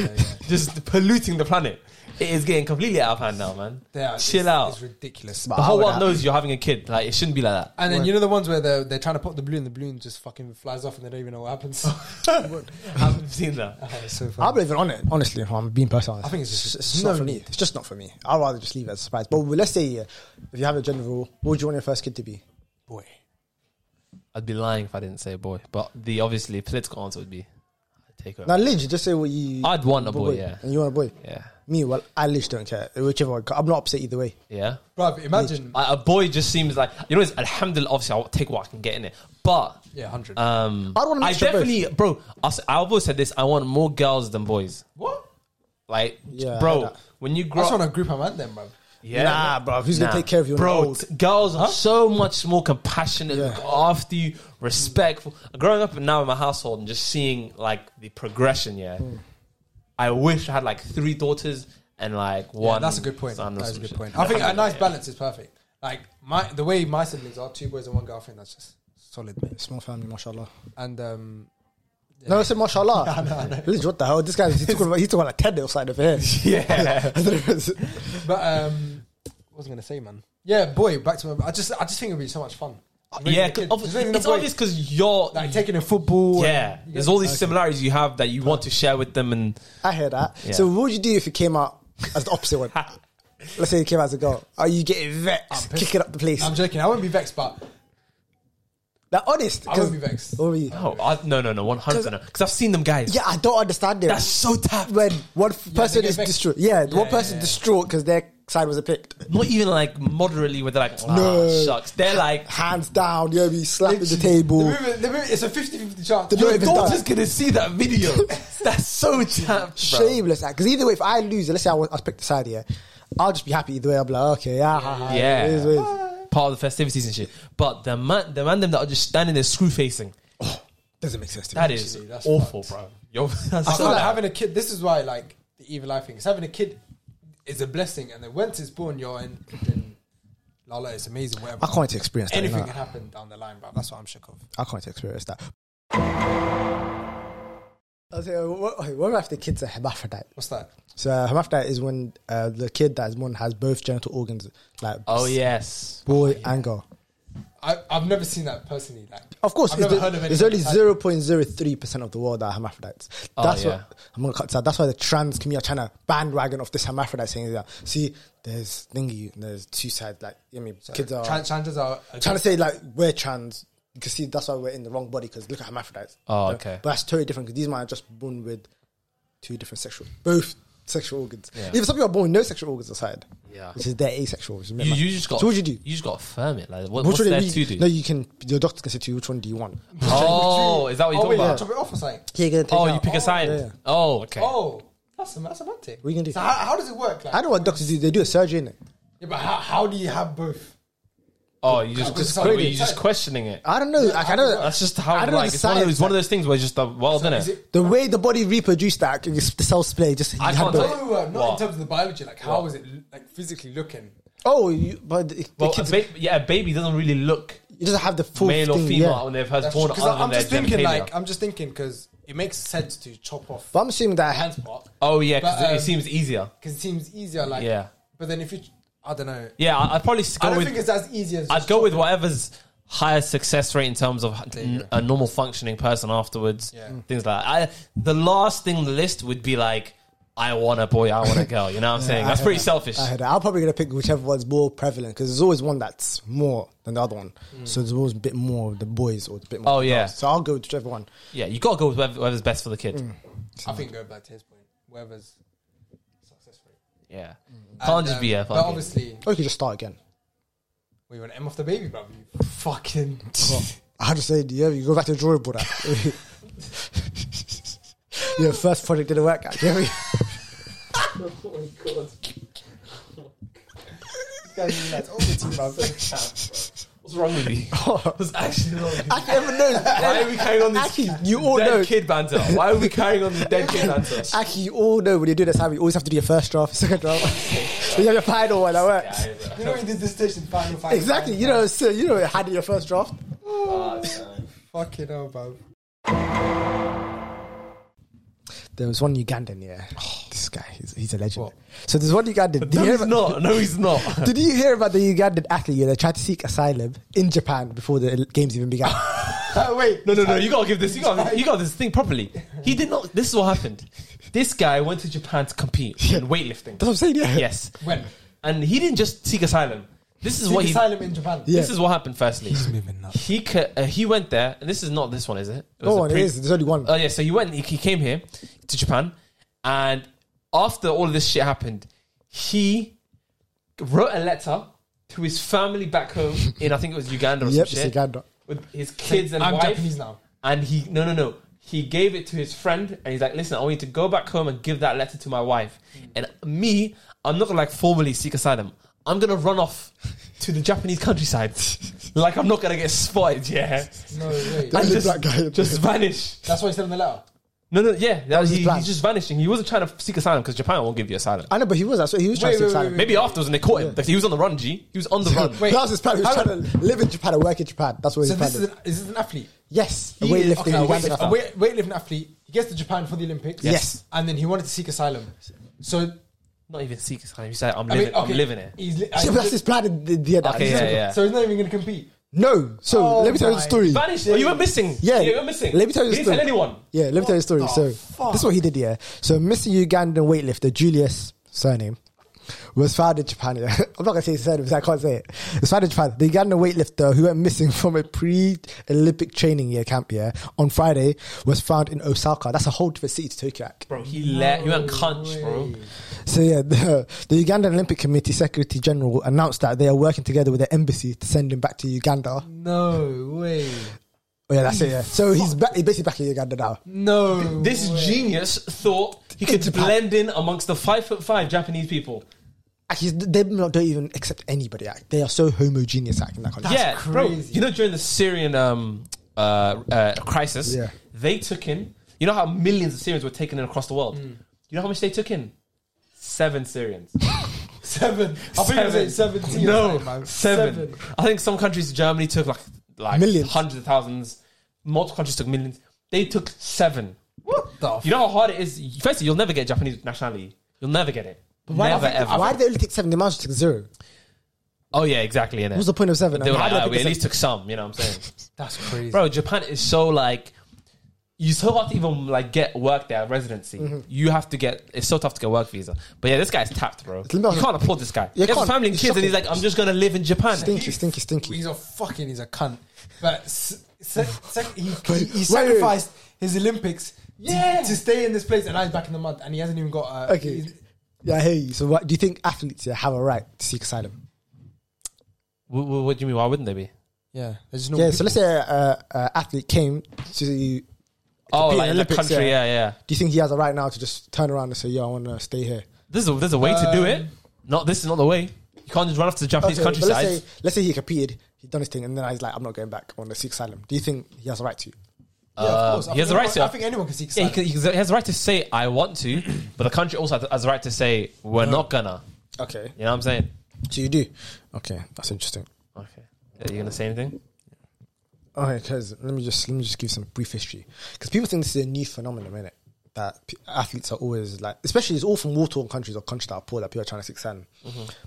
Speaker 4: just polluting the planet. It is getting completely out of hand now, man.
Speaker 6: Yeah, it's-
Speaker 4: Chill out.
Speaker 6: It's ridiculous.
Speaker 4: the whole
Speaker 5: How would
Speaker 4: world
Speaker 5: that-
Speaker 4: knows you're having a kid. Like, it shouldn't be like that.
Speaker 6: And then you know the ones where they're, they're trying to pop the balloon, the balloon just fucking flies off, and they don't even know what happens. What?
Speaker 4: I haven't seen that.
Speaker 6: Oh, it's so funny.
Speaker 5: I'm not even on it, honestly. If I'm being personal,
Speaker 6: I think it's just-
Speaker 5: not
Speaker 6: no
Speaker 5: for me.
Speaker 6: need.
Speaker 5: It's just not for me. I'd rather just leave it as a surprise. But let's say uh, if you have a gender rule, what would you want your first kid to be?
Speaker 6: boy.
Speaker 4: I'd be lying if I didn't say boy. But the obviously political answer would be, I'd take her.
Speaker 5: Now, Lidge, just say what you.
Speaker 4: I'd want a boy, yeah.
Speaker 5: And you want a boy.
Speaker 4: Yeah,
Speaker 5: Me, well, I Lidge don't care. Whichever one. I'm not upset either way.
Speaker 4: yeah.
Speaker 6: Bro, imagine.
Speaker 4: Like, a boy just seems like you know. It's, alhamdulillah, obviously, I'll take what I can get in it. But
Speaker 6: Yeah, 100.
Speaker 4: Um,
Speaker 5: I'd want a
Speaker 4: I
Speaker 5: mixture of both.
Speaker 4: definitely, bro. I s- I've always said this. I want more girls than boys.
Speaker 6: what?
Speaker 4: Like,
Speaker 5: Yeah, I heard
Speaker 4: bro,
Speaker 5: that.
Speaker 4: when you
Speaker 6: I
Speaker 4: grow,
Speaker 6: just want to group a man then, bro.
Speaker 4: yeah,
Speaker 5: Nah, bro, who's gonna take care of you when you're
Speaker 4: Bro,
Speaker 5: old?
Speaker 4: t- girls are so much more compassionate,
Speaker 5: Yeah.
Speaker 4: look after you, respectful. Growing up now in my household and just seeing like the progression, yeah.
Speaker 5: Hmm.
Speaker 4: I wish I had like three daughters and like
Speaker 6: Yeah,
Speaker 4: one.
Speaker 6: that's a good point.
Speaker 4: son or
Speaker 6: That's a
Speaker 4: some
Speaker 6: good
Speaker 4: shit.
Speaker 6: point. I think a nice balance is perfect. Like my the way my siblings are, two boys and one girl, I think that's just solid, mate.
Speaker 5: Small family, mashallah.
Speaker 6: And um,
Speaker 5: No, it's a mashallah. Literally, What the hell? This guy, he's talking about, he's talking about like Ted or something over here.
Speaker 4: Yeah.
Speaker 6: But um, what was I gonna say, man? Yeah, boy, back to my. I just, I just think it'd be so much fun.
Speaker 4: yeah,
Speaker 6: Kid-
Speaker 4: 'cause obvi-
Speaker 6: just raising
Speaker 4: it's
Speaker 6: a boy.
Speaker 4: obvious because you're
Speaker 6: like taking a football.
Speaker 4: yeah.
Speaker 6: and-
Speaker 4: There's all these similarities you have that you want to share with them, and
Speaker 5: I hear that.
Speaker 4: Yeah.
Speaker 5: So, what would you do if you came out as the opposite one? Let's say you came out as a girl. Are you getting
Speaker 6: I'm
Speaker 5: vexed,
Speaker 6: pissed.
Speaker 5: kicking up the place?
Speaker 6: I'm joking. I wouldn't be vexed, but
Speaker 5: like, honest.
Speaker 6: I
Speaker 5: 'cause-
Speaker 6: wouldn't be vexed.
Speaker 5: What were you?
Speaker 4: oh, I, no, no, no, one hundred percent. Because I've seen them guys.
Speaker 5: Yeah, I don't understand it.
Speaker 4: that's so tough.
Speaker 5: when one f- person
Speaker 6: get
Speaker 5: is
Speaker 6: vexed.
Speaker 5: distraught. Yeah, one person distraught because their side was picked.
Speaker 4: Not even like moderately, where they're like, ah,
Speaker 5: No.
Speaker 4: shucks. They're like,
Speaker 5: Hands down, you know, be slapping the
Speaker 6: Literally.
Speaker 5: table.
Speaker 6: The movie, the movie, it's a 50-50 chance.
Speaker 5: The
Speaker 6: Your
Speaker 5: movie-
Speaker 6: dog-
Speaker 4: daughter's gonna see that video. that's so tough.
Speaker 5: Shameless. Because either way, if I lose, let's say I was, I was picked aside, yeah, I'll just be happy either way. I'll be like, okay, yeah, ha, ha,
Speaker 4: Yeah.
Speaker 5: it is, it is.
Speaker 4: Part of the festivities and shit. But the man, the man, them that are just standing there screw facing.
Speaker 5: Doesn't make sense to
Speaker 4: That
Speaker 5: me.
Speaker 4: is
Speaker 6: Actually, that's
Speaker 4: awful, bro. Yo, that's
Speaker 6: I feel like
Speaker 4: like-
Speaker 6: having a kid. This is why, like the evil eye thing. Is having a kid is a blessing, and then once it's born, you're in. in Lala, it's amazing. Whatever.
Speaker 5: I can't wait to experience that. you
Speaker 6: Anything
Speaker 5: know.
Speaker 6: can happen down the line, bro. That's what I'm shook of.
Speaker 5: I can't experience that. I was like, what, okay, what if the kid's a hermaphrodite?
Speaker 6: What's that?
Speaker 5: So uh, hermaphrodite is when uh, the kid that is born has both genital organs, like
Speaker 4: oh yes,
Speaker 5: boy and girl.
Speaker 6: I, I've never seen that personally. Like,
Speaker 5: Of course,
Speaker 6: I've
Speaker 5: it's
Speaker 6: never
Speaker 5: the-
Speaker 6: heard of
Speaker 5: there's
Speaker 6: anyone
Speaker 5: only
Speaker 6: that's had-
Speaker 5: zero point zero three percent of the world that are hermaphrodites. That's
Speaker 4: Oh, yeah.
Speaker 5: what I'm gonna cut to. that. That's why the trans community are trying to bandwagon off this hermaphrodite thing. Yeah. See, there's thingy, and there's two sides. Like I mean, kids are
Speaker 6: Tran- transgenders are
Speaker 5: trying to say like we're trans. You can see that's why we're in the wrong body because look at hermaphrodites.
Speaker 4: Oh,
Speaker 5: But-
Speaker 4: okay.
Speaker 5: But that's totally different because these men are just born with two different sexual, both sexual organs. Even some people are born with no sexual organs aside.
Speaker 4: Yeah.
Speaker 5: Which is they're asexual. Which is
Speaker 4: you, you just got.
Speaker 5: So what do you do?
Speaker 4: You just got to firm it. Like, what,
Speaker 5: Which
Speaker 4: what's
Speaker 5: one
Speaker 4: there
Speaker 5: you-
Speaker 4: to do?
Speaker 5: No, you can. Your doctor can say to you which one do you want.
Speaker 4: oh, is that what you're
Speaker 6: Oh, wait,
Speaker 4: talking
Speaker 6: yeah.
Speaker 4: about?
Speaker 6: chop it off or something.
Speaker 5: Yeah, you're gonna take
Speaker 4: Oh,
Speaker 5: it
Speaker 4: you
Speaker 5: out.
Speaker 4: pick a side.
Speaker 5: yeah.
Speaker 4: Oh, okay.
Speaker 6: Oh, that's a, that's a romantic.
Speaker 5: We can do-
Speaker 6: So how, how does it work? Like,
Speaker 5: I don't know what doctors do. They do a surgery in it.
Speaker 6: yeah, but how, how do you have both?
Speaker 4: Oh, you just,
Speaker 6: It's
Speaker 4: just
Speaker 6: already
Speaker 4: you're just
Speaker 6: tight.
Speaker 4: questioning it.
Speaker 5: I don't know. Like, I don't.
Speaker 4: That's just how
Speaker 5: I don't know
Speaker 4: like it's
Speaker 5: the
Speaker 4: one, of
Speaker 5: science,
Speaker 4: those, it's one of those things where it's just the world, isn't
Speaker 6: Is
Speaker 4: it?
Speaker 6: it?
Speaker 5: The way the body reproduced that is cell split. Just
Speaker 4: I
Speaker 5: you
Speaker 4: can't
Speaker 5: had the-
Speaker 4: tell
Speaker 6: No, uh, not in
Speaker 4: What?
Speaker 6: terms of the biology. Like, how
Speaker 4: What?
Speaker 6: is it like physically looking?
Speaker 5: oh, you, but the, the
Speaker 4: Well, a
Speaker 5: kids,
Speaker 4: ba- yeah, a baby doesn't really look
Speaker 5: it doesn't have the full
Speaker 4: male
Speaker 5: thing,
Speaker 4: or female
Speaker 5: yeah.
Speaker 4: when they've had
Speaker 6: That's
Speaker 4: born
Speaker 6: true. 'Cause
Speaker 4: other
Speaker 6: I'm
Speaker 4: than their
Speaker 6: just thinking,
Speaker 4: genitalia.
Speaker 6: like, I'm just thinking because it makes sense to chop off
Speaker 5: But I'm assuming that.
Speaker 6: the hands part
Speaker 4: oh yeah, because
Speaker 6: But,
Speaker 4: it,
Speaker 6: um,
Speaker 4: seems easier.
Speaker 6: because it seems easier. Like,
Speaker 4: Yeah.
Speaker 6: But then if you, I don't know.
Speaker 4: Yeah, I, I'd probably
Speaker 6: I
Speaker 4: go
Speaker 6: don't
Speaker 4: with
Speaker 6: think it's as easy as
Speaker 4: I'd
Speaker 6: just
Speaker 4: go with
Speaker 6: chopping it.
Speaker 4: whatever's higher success rate in terms of
Speaker 6: you
Speaker 4: n- a normal functioning person afterwards.
Speaker 6: Yeah. Mm.
Speaker 4: Things like that. I, the last thing on the list would be like, I want a boy, I want a girl. You know what I'm saying?
Speaker 5: I
Speaker 4: That's
Speaker 5: heard
Speaker 4: pretty
Speaker 5: that.
Speaker 4: selfish.
Speaker 5: I heard that. I'm probably gonna pick whichever one's more prevalent because there's always one that's more than the other one. So there's always a bit more of the boys or a bit more.
Speaker 4: Hmm. Oh,
Speaker 5: of the
Speaker 4: yeah.
Speaker 5: girls. So I'll go with whichever one.
Speaker 4: Yeah, you gotta go with whatever, whatever's best for the kid.
Speaker 6: Mm. I think go back to his point. Whoever's successful. um,
Speaker 4: Yeah, can't just be a
Speaker 6: Mm. But
Speaker 4: fucking.
Speaker 6: obviously,
Speaker 5: Or you could just start again.
Speaker 6: we want to M off the baby, bro. You fucking.
Speaker 5: I had to say, yeah, you go back to the drawing board. Your first project didn't work out. Yeah,
Speaker 4: What's wrong with you? What's actually wrong? With you?
Speaker 5: I never know.
Speaker 4: Why are we carrying on this
Speaker 5: Actually, you all
Speaker 4: dead
Speaker 5: know.
Speaker 4: kid banter? Why are we carrying on this dead kid banter?
Speaker 5: Actually, Oh, you all know when you do this, how you always have to do your first draft, second draft. you have your final one that works.
Speaker 6: you know, you did this station final fight.
Speaker 5: Exactly. You know, so you know, how did your first draft?
Speaker 6: Fucking hell, bro.
Speaker 5: There was one Ugandan, yeah. Oh, this guy, he's, he's a legend. So there's one Ugandan. Did, you
Speaker 4: No,
Speaker 5: hear
Speaker 4: he's
Speaker 5: about,
Speaker 4: not. No, he's not.
Speaker 5: did you hear about the Ugandan athlete yeah, that tried to seek asylum in Japan before the games even began?
Speaker 6: Oh, wait.
Speaker 4: No, no, no! You gotta give this. You got. You got this thing properly. He did not. This is what happened. This guy went to Japan to compete in weightlifting.
Speaker 5: That's what I'm saying. Yeah.
Speaker 4: Yes,
Speaker 6: When?
Speaker 4: and he didn't just seek asylum. This is
Speaker 6: Seek
Speaker 4: what he.
Speaker 6: asylum in Japan.
Speaker 5: Yeah.
Speaker 4: This is what happened. Firstly,
Speaker 6: Moving up.
Speaker 4: he ca- uh, he went there, and this is not this one, is it? it was
Speaker 5: Go
Speaker 4: a
Speaker 5: on,
Speaker 4: pre-
Speaker 5: it is. There's only one.
Speaker 4: Oh yeah, so he went. He, he came here to Japan, and after all this shit happened, he wrote a letter to his family back home in I think it was Uganda or
Speaker 5: yep,
Speaker 4: some
Speaker 5: it's
Speaker 4: shit
Speaker 5: Ugandan.
Speaker 4: with his kids and
Speaker 6: I'm
Speaker 4: wife.
Speaker 6: Japanese now.
Speaker 4: And he no no no. He gave it to his friend, and he's like, "Listen, I want you to go back home and give that letter to my wife." And me, I'm not gonna like formally seek asylum. I'm gonna run off to the Japanese countryside, like I'm not gonna get spotted. Yeah,
Speaker 6: No, wait.
Speaker 4: and
Speaker 5: Only
Speaker 4: just,
Speaker 5: black guy.
Speaker 4: just vanish.
Speaker 6: That's why he said in the letter.
Speaker 4: No, no, yeah, that,
Speaker 5: was
Speaker 4: was
Speaker 5: his
Speaker 4: he,
Speaker 5: plan.
Speaker 4: he's just vanishing. He wasn't trying to seek asylum because Japan won't give you asylum.
Speaker 5: I know, but he was. So he was trying to
Speaker 6: Wait, wait,
Speaker 5: seek
Speaker 6: wait,
Speaker 5: asylum.
Speaker 6: wait.
Speaker 4: Maybe afterwards and they caught him. Like he was on the run, G. He was on the run.
Speaker 6: Wait.
Speaker 5: That was his plan. He was
Speaker 6: How-
Speaker 5: trying to live in Japan and work in Japan. That's what
Speaker 6: So
Speaker 5: his plan
Speaker 6: this is
Speaker 5: is.
Speaker 6: an, is this an athlete?
Speaker 5: Yes, a
Speaker 6: He is-
Speaker 5: weightlifting
Speaker 6: okay, a
Speaker 5: Ugandan
Speaker 6: weight- a
Speaker 5: athlete.
Speaker 6: weight- weightlifting athlete. He gets to Japan for the Olympics.
Speaker 5: Yes.
Speaker 6: and then he wanted to seek asylum. So
Speaker 4: Not even seek asylum. He said, "I'm
Speaker 6: I
Speaker 4: living,
Speaker 6: mean, okay,
Speaker 4: I'm living it."
Speaker 6: He's li-
Speaker 5: Yeah, but that's his plan in the, the end.
Speaker 4: Okay, yeah, yeah.
Speaker 6: So he's not even going to compete.
Speaker 5: No, so
Speaker 6: Oh
Speaker 5: let me tell you
Speaker 6: my
Speaker 5: the story.
Speaker 4: Vanished. Oh, you were missing.
Speaker 5: Yeah.
Speaker 4: you were missing.
Speaker 5: Let me tell you
Speaker 4: You
Speaker 5: a
Speaker 4: didn't
Speaker 5: story.
Speaker 4: tell anyone.
Speaker 5: Yeah, let me tell you a story.
Speaker 6: What
Speaker 5: So
Speaker 6: the fuck?
Speaker 5: this is what he did. Yeah, so Mr. Ugandan weightlifter Julius surname was found in Japan. Yeah. I'm not gonna say his surname because I can't say it. It was found in Japan. The Ugandan weightlifter who went missing from a pre-Olympic training year camp yeah on Friday was found in Osaka. That's a whole different city to Tokyo. like.
Speaker 4: Bro, he let you went cunch, bro.
Speaker 5: So yeah, the, the Ugandan Olympic Committee Secretary General announced that they are working together with the embassy to send him back to Uganda.
Speaker 6: No way.
Speaker 5: Oh yeah, that's it. Yeah. So he's back. He's basically back in Uganda now.
Speaker 6: No.
Speaker 4: This genius thought he could blend in amongst the five foot five Japanese people.
Speaker 5: Actually, they not- don't even accept anybody. Like, they are so homogeneous like, in that country.
Speaker 4: yeah, bro.
Speaker 6: crazy.
Speaker 4: You know, during the Syrian um, uh, uh, crisis,
Speaker 5: Yeah.
Speaker 4: they took in. You know how millions of Syrians were taken in across the world.
Speaker 6: Mm.
Speaker 4: You know how much they took in? Seven Syrians.
Speaker 6: seven. I thought you were saying seventeen.
Speaker 4: No,
Speaker 6: Like, man,
Speaker 4: seven. I think some countries, Germany took like like
Speaker 5: Millions.
Speaker 4: hundreds of thousands. Multiple countries took millions. They took seven.
Speaker 6: What the?
Speaker 4: You know how hard it is. Firstly, you'll never get Japanese nationality. You'll never get it. never ever.
Speaker 5: Why did they only take seven? They managed to take zero.
Speaker 4: Oh yeah, exactly. innit?
Speaker 5: What's the point of seven?
Speaker 4: They
Speaker 5: And
Speaker 4: were
Speaker 5: how
Speaker 4: like,
Speaker 5: did
Speaker 4: "Ah,
Speaker 5: they
Speaker 4: we at
Speaker 5: pick
Speaker 4: least took some. You know what I'm saying?
Speaker 6: That's crazy.
Speaker 4: bro japan is so like you so hard to even like get work there residency
Speaker 5: Mm-hmm.
Speaker 4: you have to get it's so tough to get work visa but yeah this guy's tapped bro you
Speaker 5: not-
Speaker 4: can't applaud this guy
Speaker 5: You
Speaker 4: he has a
Speaker 5: can't.
Speaker 4: family and
Speaker 5: It's
Speaker 4: kids and he's
Speaker 5: shocking.
Speaker 4: like i'm just gonna live in japan
Speaker 5: stinky, stinky, stinky.
Speaker 6: He's a fucking. He's a cunt. But s- sec, sec, he, he,
Speaker 5: Wait,
Speaker 6: he
Speaker 5: wait.
Speaker 6: sacrificed his Olympics. to-
Speaker 4: Yeah.
Speaker 6: To, stay in this place, and now he's back in the mud, and he hasn't even got. Uh,
Speaker 5: Okay.
Speaker 6: he's-
Speaker 5: Yeah, I hear you. So, what, do you think athletes yeah, have a right to seek asylum?
Speaker 4: what, what do you mean why wouldn't they be
Speaker 6: Yeah. There's just no.
Speaker 5: Yeah. So let's say an uh, uh, athlete came to. Do
Speaker 4: oh
Speaker 5: Compete in
Speaker 4: like in the
Speaker 5: Olympics,
Speaker 4: country yeah.
Speaker 5: yeah.
Speaker 4: yeah
Speaker 5: you think he has a right now to just turn around and say, "Yo, I want to stay here"?
Speaker 4: there's a there's a way to do it not this is not the way you can't just run off to the japanese
Speaker 5: Um, Okay, but
Speaker 4: countryside
Speaker 5: let's say let's say he competed, he done his thing, and then he's like, "I'm not going back. I want to seek asylum." Do you think he has a right to?
Speaker 6: yeah, of course. I
Speaker 4: Uh, he has
Speaker 6: think
Speaker 4: the right
Speaker 6: anyone-
Speaker 4: to-
Speaker 6: I think anyone can seek
Speaker 4: yeah, he,
Speaker 6: asylum.
Speaker 4: can- he has the right to say I want to, but the country also has- has the right to say we're not gonna.
Speaker 5: Okay.
Speaker 4: You know what I'm saying?
Speaker 5: So you do. Okay, that's interesting.
Speaker 4: Okay. Are you gonna say anything?
Speaker 5: Okay, because let me just let me just give some brief history because people think this is a new phenomenon, innit? That p- athletes are always like, especially it's all from war-torn countries or countries that are poor that people are trying to seek asylum.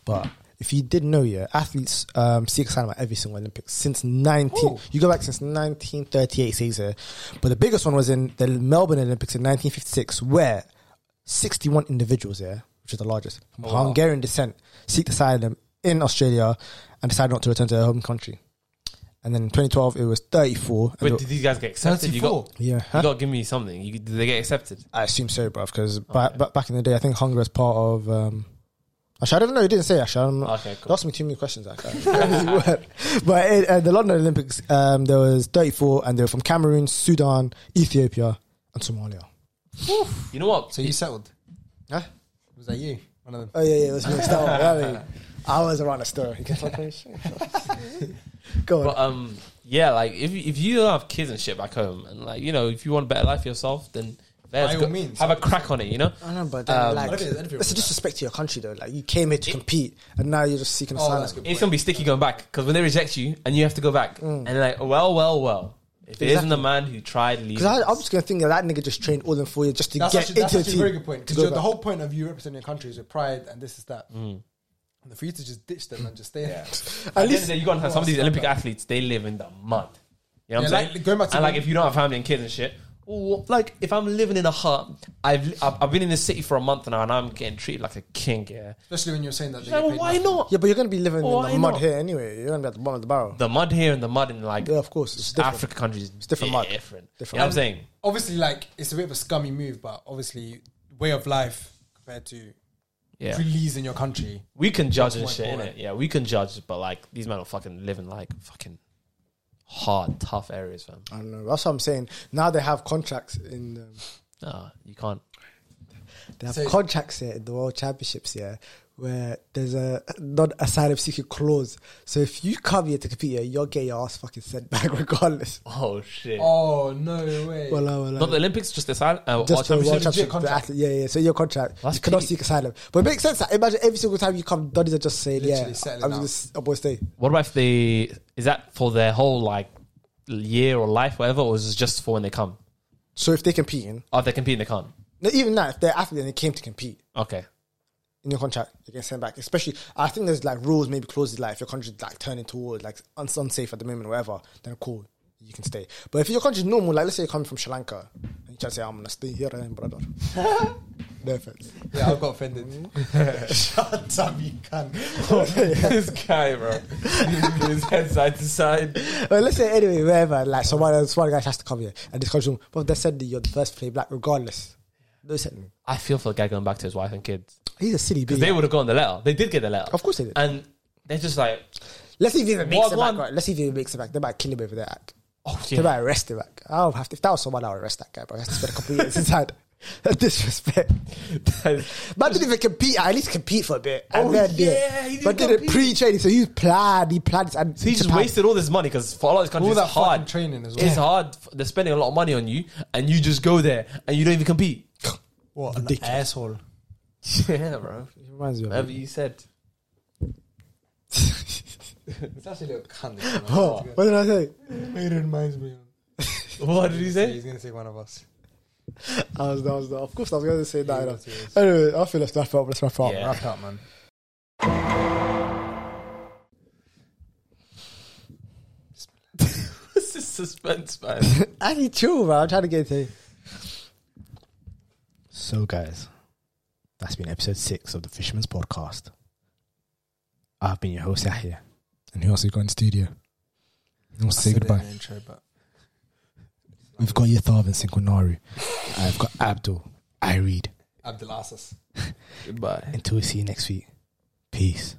Speaker 5: But if you didn't know, yeah, athletes um, seek asylum at every single Olympics since nineteen. You go back since nineteen thirty-eight, says here. But the biggest one was in the Melbourne Olympics in nineteen fifty-six, where sixty-one individuals, yeah, which is the largest, from Hungarian descent, seek asylum in Australia and decide not to return to their home country. And then in 2012, it was 34. and
Speaker 4: But
Speaker 5: it-
Speaker 4: did these guys get accepted? You got,
Speaker 6: 34?
Speaker 5: yeah,
Speaker 4: you
Speaker 5: huh?
Speaker 4: got to give me something. You, did they get accepted?
Speaker 5: I assume so, bruv, because back in the day, I think Hungary was part of. Um, actually, I don't know. You didn't say actually. I'm not,
Speaker 4: Okay, cool.
Speaker 5: You asked me too many questions. Actually, but in, uh, the London Olympics, um, there was 34, and they were from Cameroon, Sudan, Ethiopia, and Somalia.
Speaker 4: You know what?
Speaker 6: So you settled?
Speaker 5: Huh?
Speaker 6: Was that you? One of them.
Speaker 5: Oh yeah, yeah, it was mixed up. I, mean, I was around the store. You can talk me. Go on.
Speaker 4: But um, yeah, like if if you have kids and shit back home, and like you know, if you want a better life for yourself, then there's
Speaker 6: By all
Speaker 4: go-
Speaker 6: means.
Speaker 4: have a crack on it. You know,
Speaker 5: I know, but then,
Speaker 6: I
Speaker 5: like,
Speaker 6: don't think there's anything
Speaker 5: that's a
Speaker 6: wrong with
Speaker 5: disrespect to your country, though. Like, you came here to compete, and now you're just seeking
Speaker 6: Oh,
Speaker 5: asylum.
Speaker 6: that's a good.
Speaker 4: it's
Speaker 6: point.
Speaker 4: gonna be sticky going back because when they reject you and you have to go back,
Speaker 6: Mm.
Speaker 4: and they're like, well, well, well, if it isn't
Speaker 5: Exactly.
Speaker 4: the man who tried leaving,
Speaker 5: Because I'm just gonna think that that nigga just trained all in four years just to
Speaker 6: That's
Speaker 5: get
Speaker 6: actually, that's
Speaker 5: into the
Speaker 6: actually
Speaker 5: team.
Speaker 6: a very good point.
Speaker 5: to
Speaker 6: Because
Speaker 5: go
Speaker 6: the
Speaker 5: back.
Speaker 6: whole point of you representing your country is with pride and this is that.
Speaker 4: Mm.
Speaker 6: And for you to just ditch them and just stay there.
Speaker 4: at least you got some of these Olympic athletes. They live in the mud. You know what
Speaker 6: Yeah,
Speaker 4: I'm
Speaker 6: like,
Speaker 4: saying?
Speaker 6: going back to
Speaker 4: and
Speaker 6: the-
Speaker 4: like if you don't have family and kids and shit, well, like if I'm living in a hut, I've I've I've been in this city for a month now, and I'm getting treated like a king. Yeah.
Speaker 6: Especially when you're saying that. they
Speaker 4: Like,
Speaker 6: get
Speaker 4: well,
Speaker 6: paid
Speaker 4: why
Speaker 6: nothing.
Speaker 4: not?
Speaker 5: Yeah, but you're gonna be living
Speaker 6: Oh,
Speaker 4: Why
Speaker 5: in the mud
Speaker 4: not?
Speaker 5: here anyway. You're gonna be at the bottom of the barrel.
Speaker 4: the mud here and the mud in like
Speaker 5: yeah, of course. It's different.
Speaker 4: Africa countries it's
Speaker 5: different mud.
Speaker 4: Different.
Speaker 5: Different
Speaker 4: You know what I'm
Speaker 5: mud.
Speaker 4: saying?
Speaker 6: Obviously, like, it's a bit of a scummy move, but obviously, way of life compared to
Speaker 4: Yeah.
Speaker 6: release in your country.
Speaker 4: We can judge and
Speaker 6: my
Speaker 4: shit,
Speaker 6: point.
Speaker 4: innit? Yeah, we can judge, but like these men are fucking living like fucking hard, tough areas, fam.
Speaker 5: I don't know. That's what I'm saying. Now they have contracts in. Um,
Speaker 4: Nah, you can't.
Speaker 5: they have
Speaker 6: So-
Speaker 5: contracts here in the World Championships. Yeah, where there's a not a sign of secret clause. So if you come here to compete, yeah, you're getting your ass fucking sent back regardless.
Speaker 4: Oh shit!
Speaker 6: Oh no way.
Speaker 5: Well, uh, well, uh,
Speaker 4: Not the Olympics, just the asylum. Uh,
Speaker 5: just
Speaker 4: World
Speaker 5: the World
Speaker 4: Championship.
Speaker 5: Championship,
Speaker 6: contract.
Speaker 5: contract. yeah, yeah. So your contract,
Speaker 4: That's
Speaker 5: you cannot
Speaker 4: peak.
Speaker 5: seek asylum. But it makes sense. Like, imagine every single time you come, Donnie's are just saying,
Speaker 6: Literally
Speaker 5: "Yeah,
Speaker 6: settling
Speaker 5: I'm
Speaker 6: down.
Speaker 5: just gonna, I'm gonna stay."
Speaker 4: What about if they? Is that for their whole like year or life, whatever, or is it just for when they come?
Speaker 5: So if they're competing,
Speaker 4: Oh, they compete and they can't.
Speaker 5: no, even now, if they're athlete and they came to compete
Speaker 4: Okay.
Speaker 5: in your contract, they get sent back. Especially, I think there's like rules, maybe clauses, like if your contract's like turning toward like un- unsafe at the moment, or whatever, then cool, you can stay. But if your contract's normal, like let's say you're coming from Sri Lanka, and you try to say, "I'm gonna stay here," then brother, no offense.
Speaker 6: yeah, I got offended. Shut up, you can.
Speaker 4: this guy, bro, his head side to side.
Speaker 5: Well, let's say anyway, wherever, like someone, someone guy has to come here and this comes from, well, they said that you're the first play black regardless. No sentence.
Speaker 4: I feel for the guy going back to his wife and kids.
Speaker 5: He's a silly bitch.
Speaker 4: They would have gotten the letter. They did get the letter.
Speaker 5: Of course they did.
Speaker 4: And they're just like,
Speaker 5: Let's see if he even makes
Speaker 4: Ward
Speaker 5: it
Speaker 4: one.
Speaker 5: back. Right? Let's see if he even makes it back. They might kill him over there. Like.
Speaker 4: oh
Speaker 5: They
Speaker 4: yeah.
Speaker 5: might arrest him. Like. I'll have to, if that was someone, I would arrest that guy, but I have to spend a couple of years inside. That's disrespect. Man didn't even compete. At least compete for a bit. And
Speaker 4: Oh,
Speaker 5: then,
Speaker 4: yeah, he didn't
Speaker 5: but did it
Speaker 4: compete.
Speaker 5: pre-training, so he was planned. He planned. And
Speaker 4: He just
Speaker 5: Japan-
Speaker 4: wasted all this money because for a lot of these
Speaker 6: All
Speaker 4: countries,
Speaker 6: that
Speaker 4: it's hard.
Speaker 6: hard training as well.
Speaker 4: It's hard. They're spending a lot of money on you, and you just go there and you don't even compete.
Speaker 6: What an
Speaker 5: Ridiculous.
Speaker 6: asshole.
Speaker 4: yeah, bro.
Speaker 5: It reminds me of
Speaker 4: Whatever you said.
Speaker 6: It's actually a cunt.
Speaker 5: Oh, what did I say?
Speaker 6: It reminds me.
Speaker 4: What did he say?
Speaker 6: He's gonna take one of us.
Speaker 5: I was, I was, of course, I was going to say that.
Speaker 6: Yeah,
Speaker 5: no.
Speaker 6: it is.
Speaker 5: Anyway, I feel let's wrap up. Let's wrap up.
Speaker 4: Yeah.
Speaker 6: Wrap up, man.
Speaker 4: What's this suspense, man?
Speaker 5: I need chill, man. I'm trying to get to. So, guys, that's been episode six of the Fisherman's Podcast. I've been your host, Yahya. And who else have you got in studio? And we'll say
Speaker 6: said it in
Speaker 5: goodbye.
Speaker 6: the Intro, but
Speaker 5: We've got Yathav and Sinkonaru. I've got Abdul. I read.
Speaker 6: Abdul Asis.
Speaker 4: Goodbye.
Speaker 5: Until we see you next week. Peace.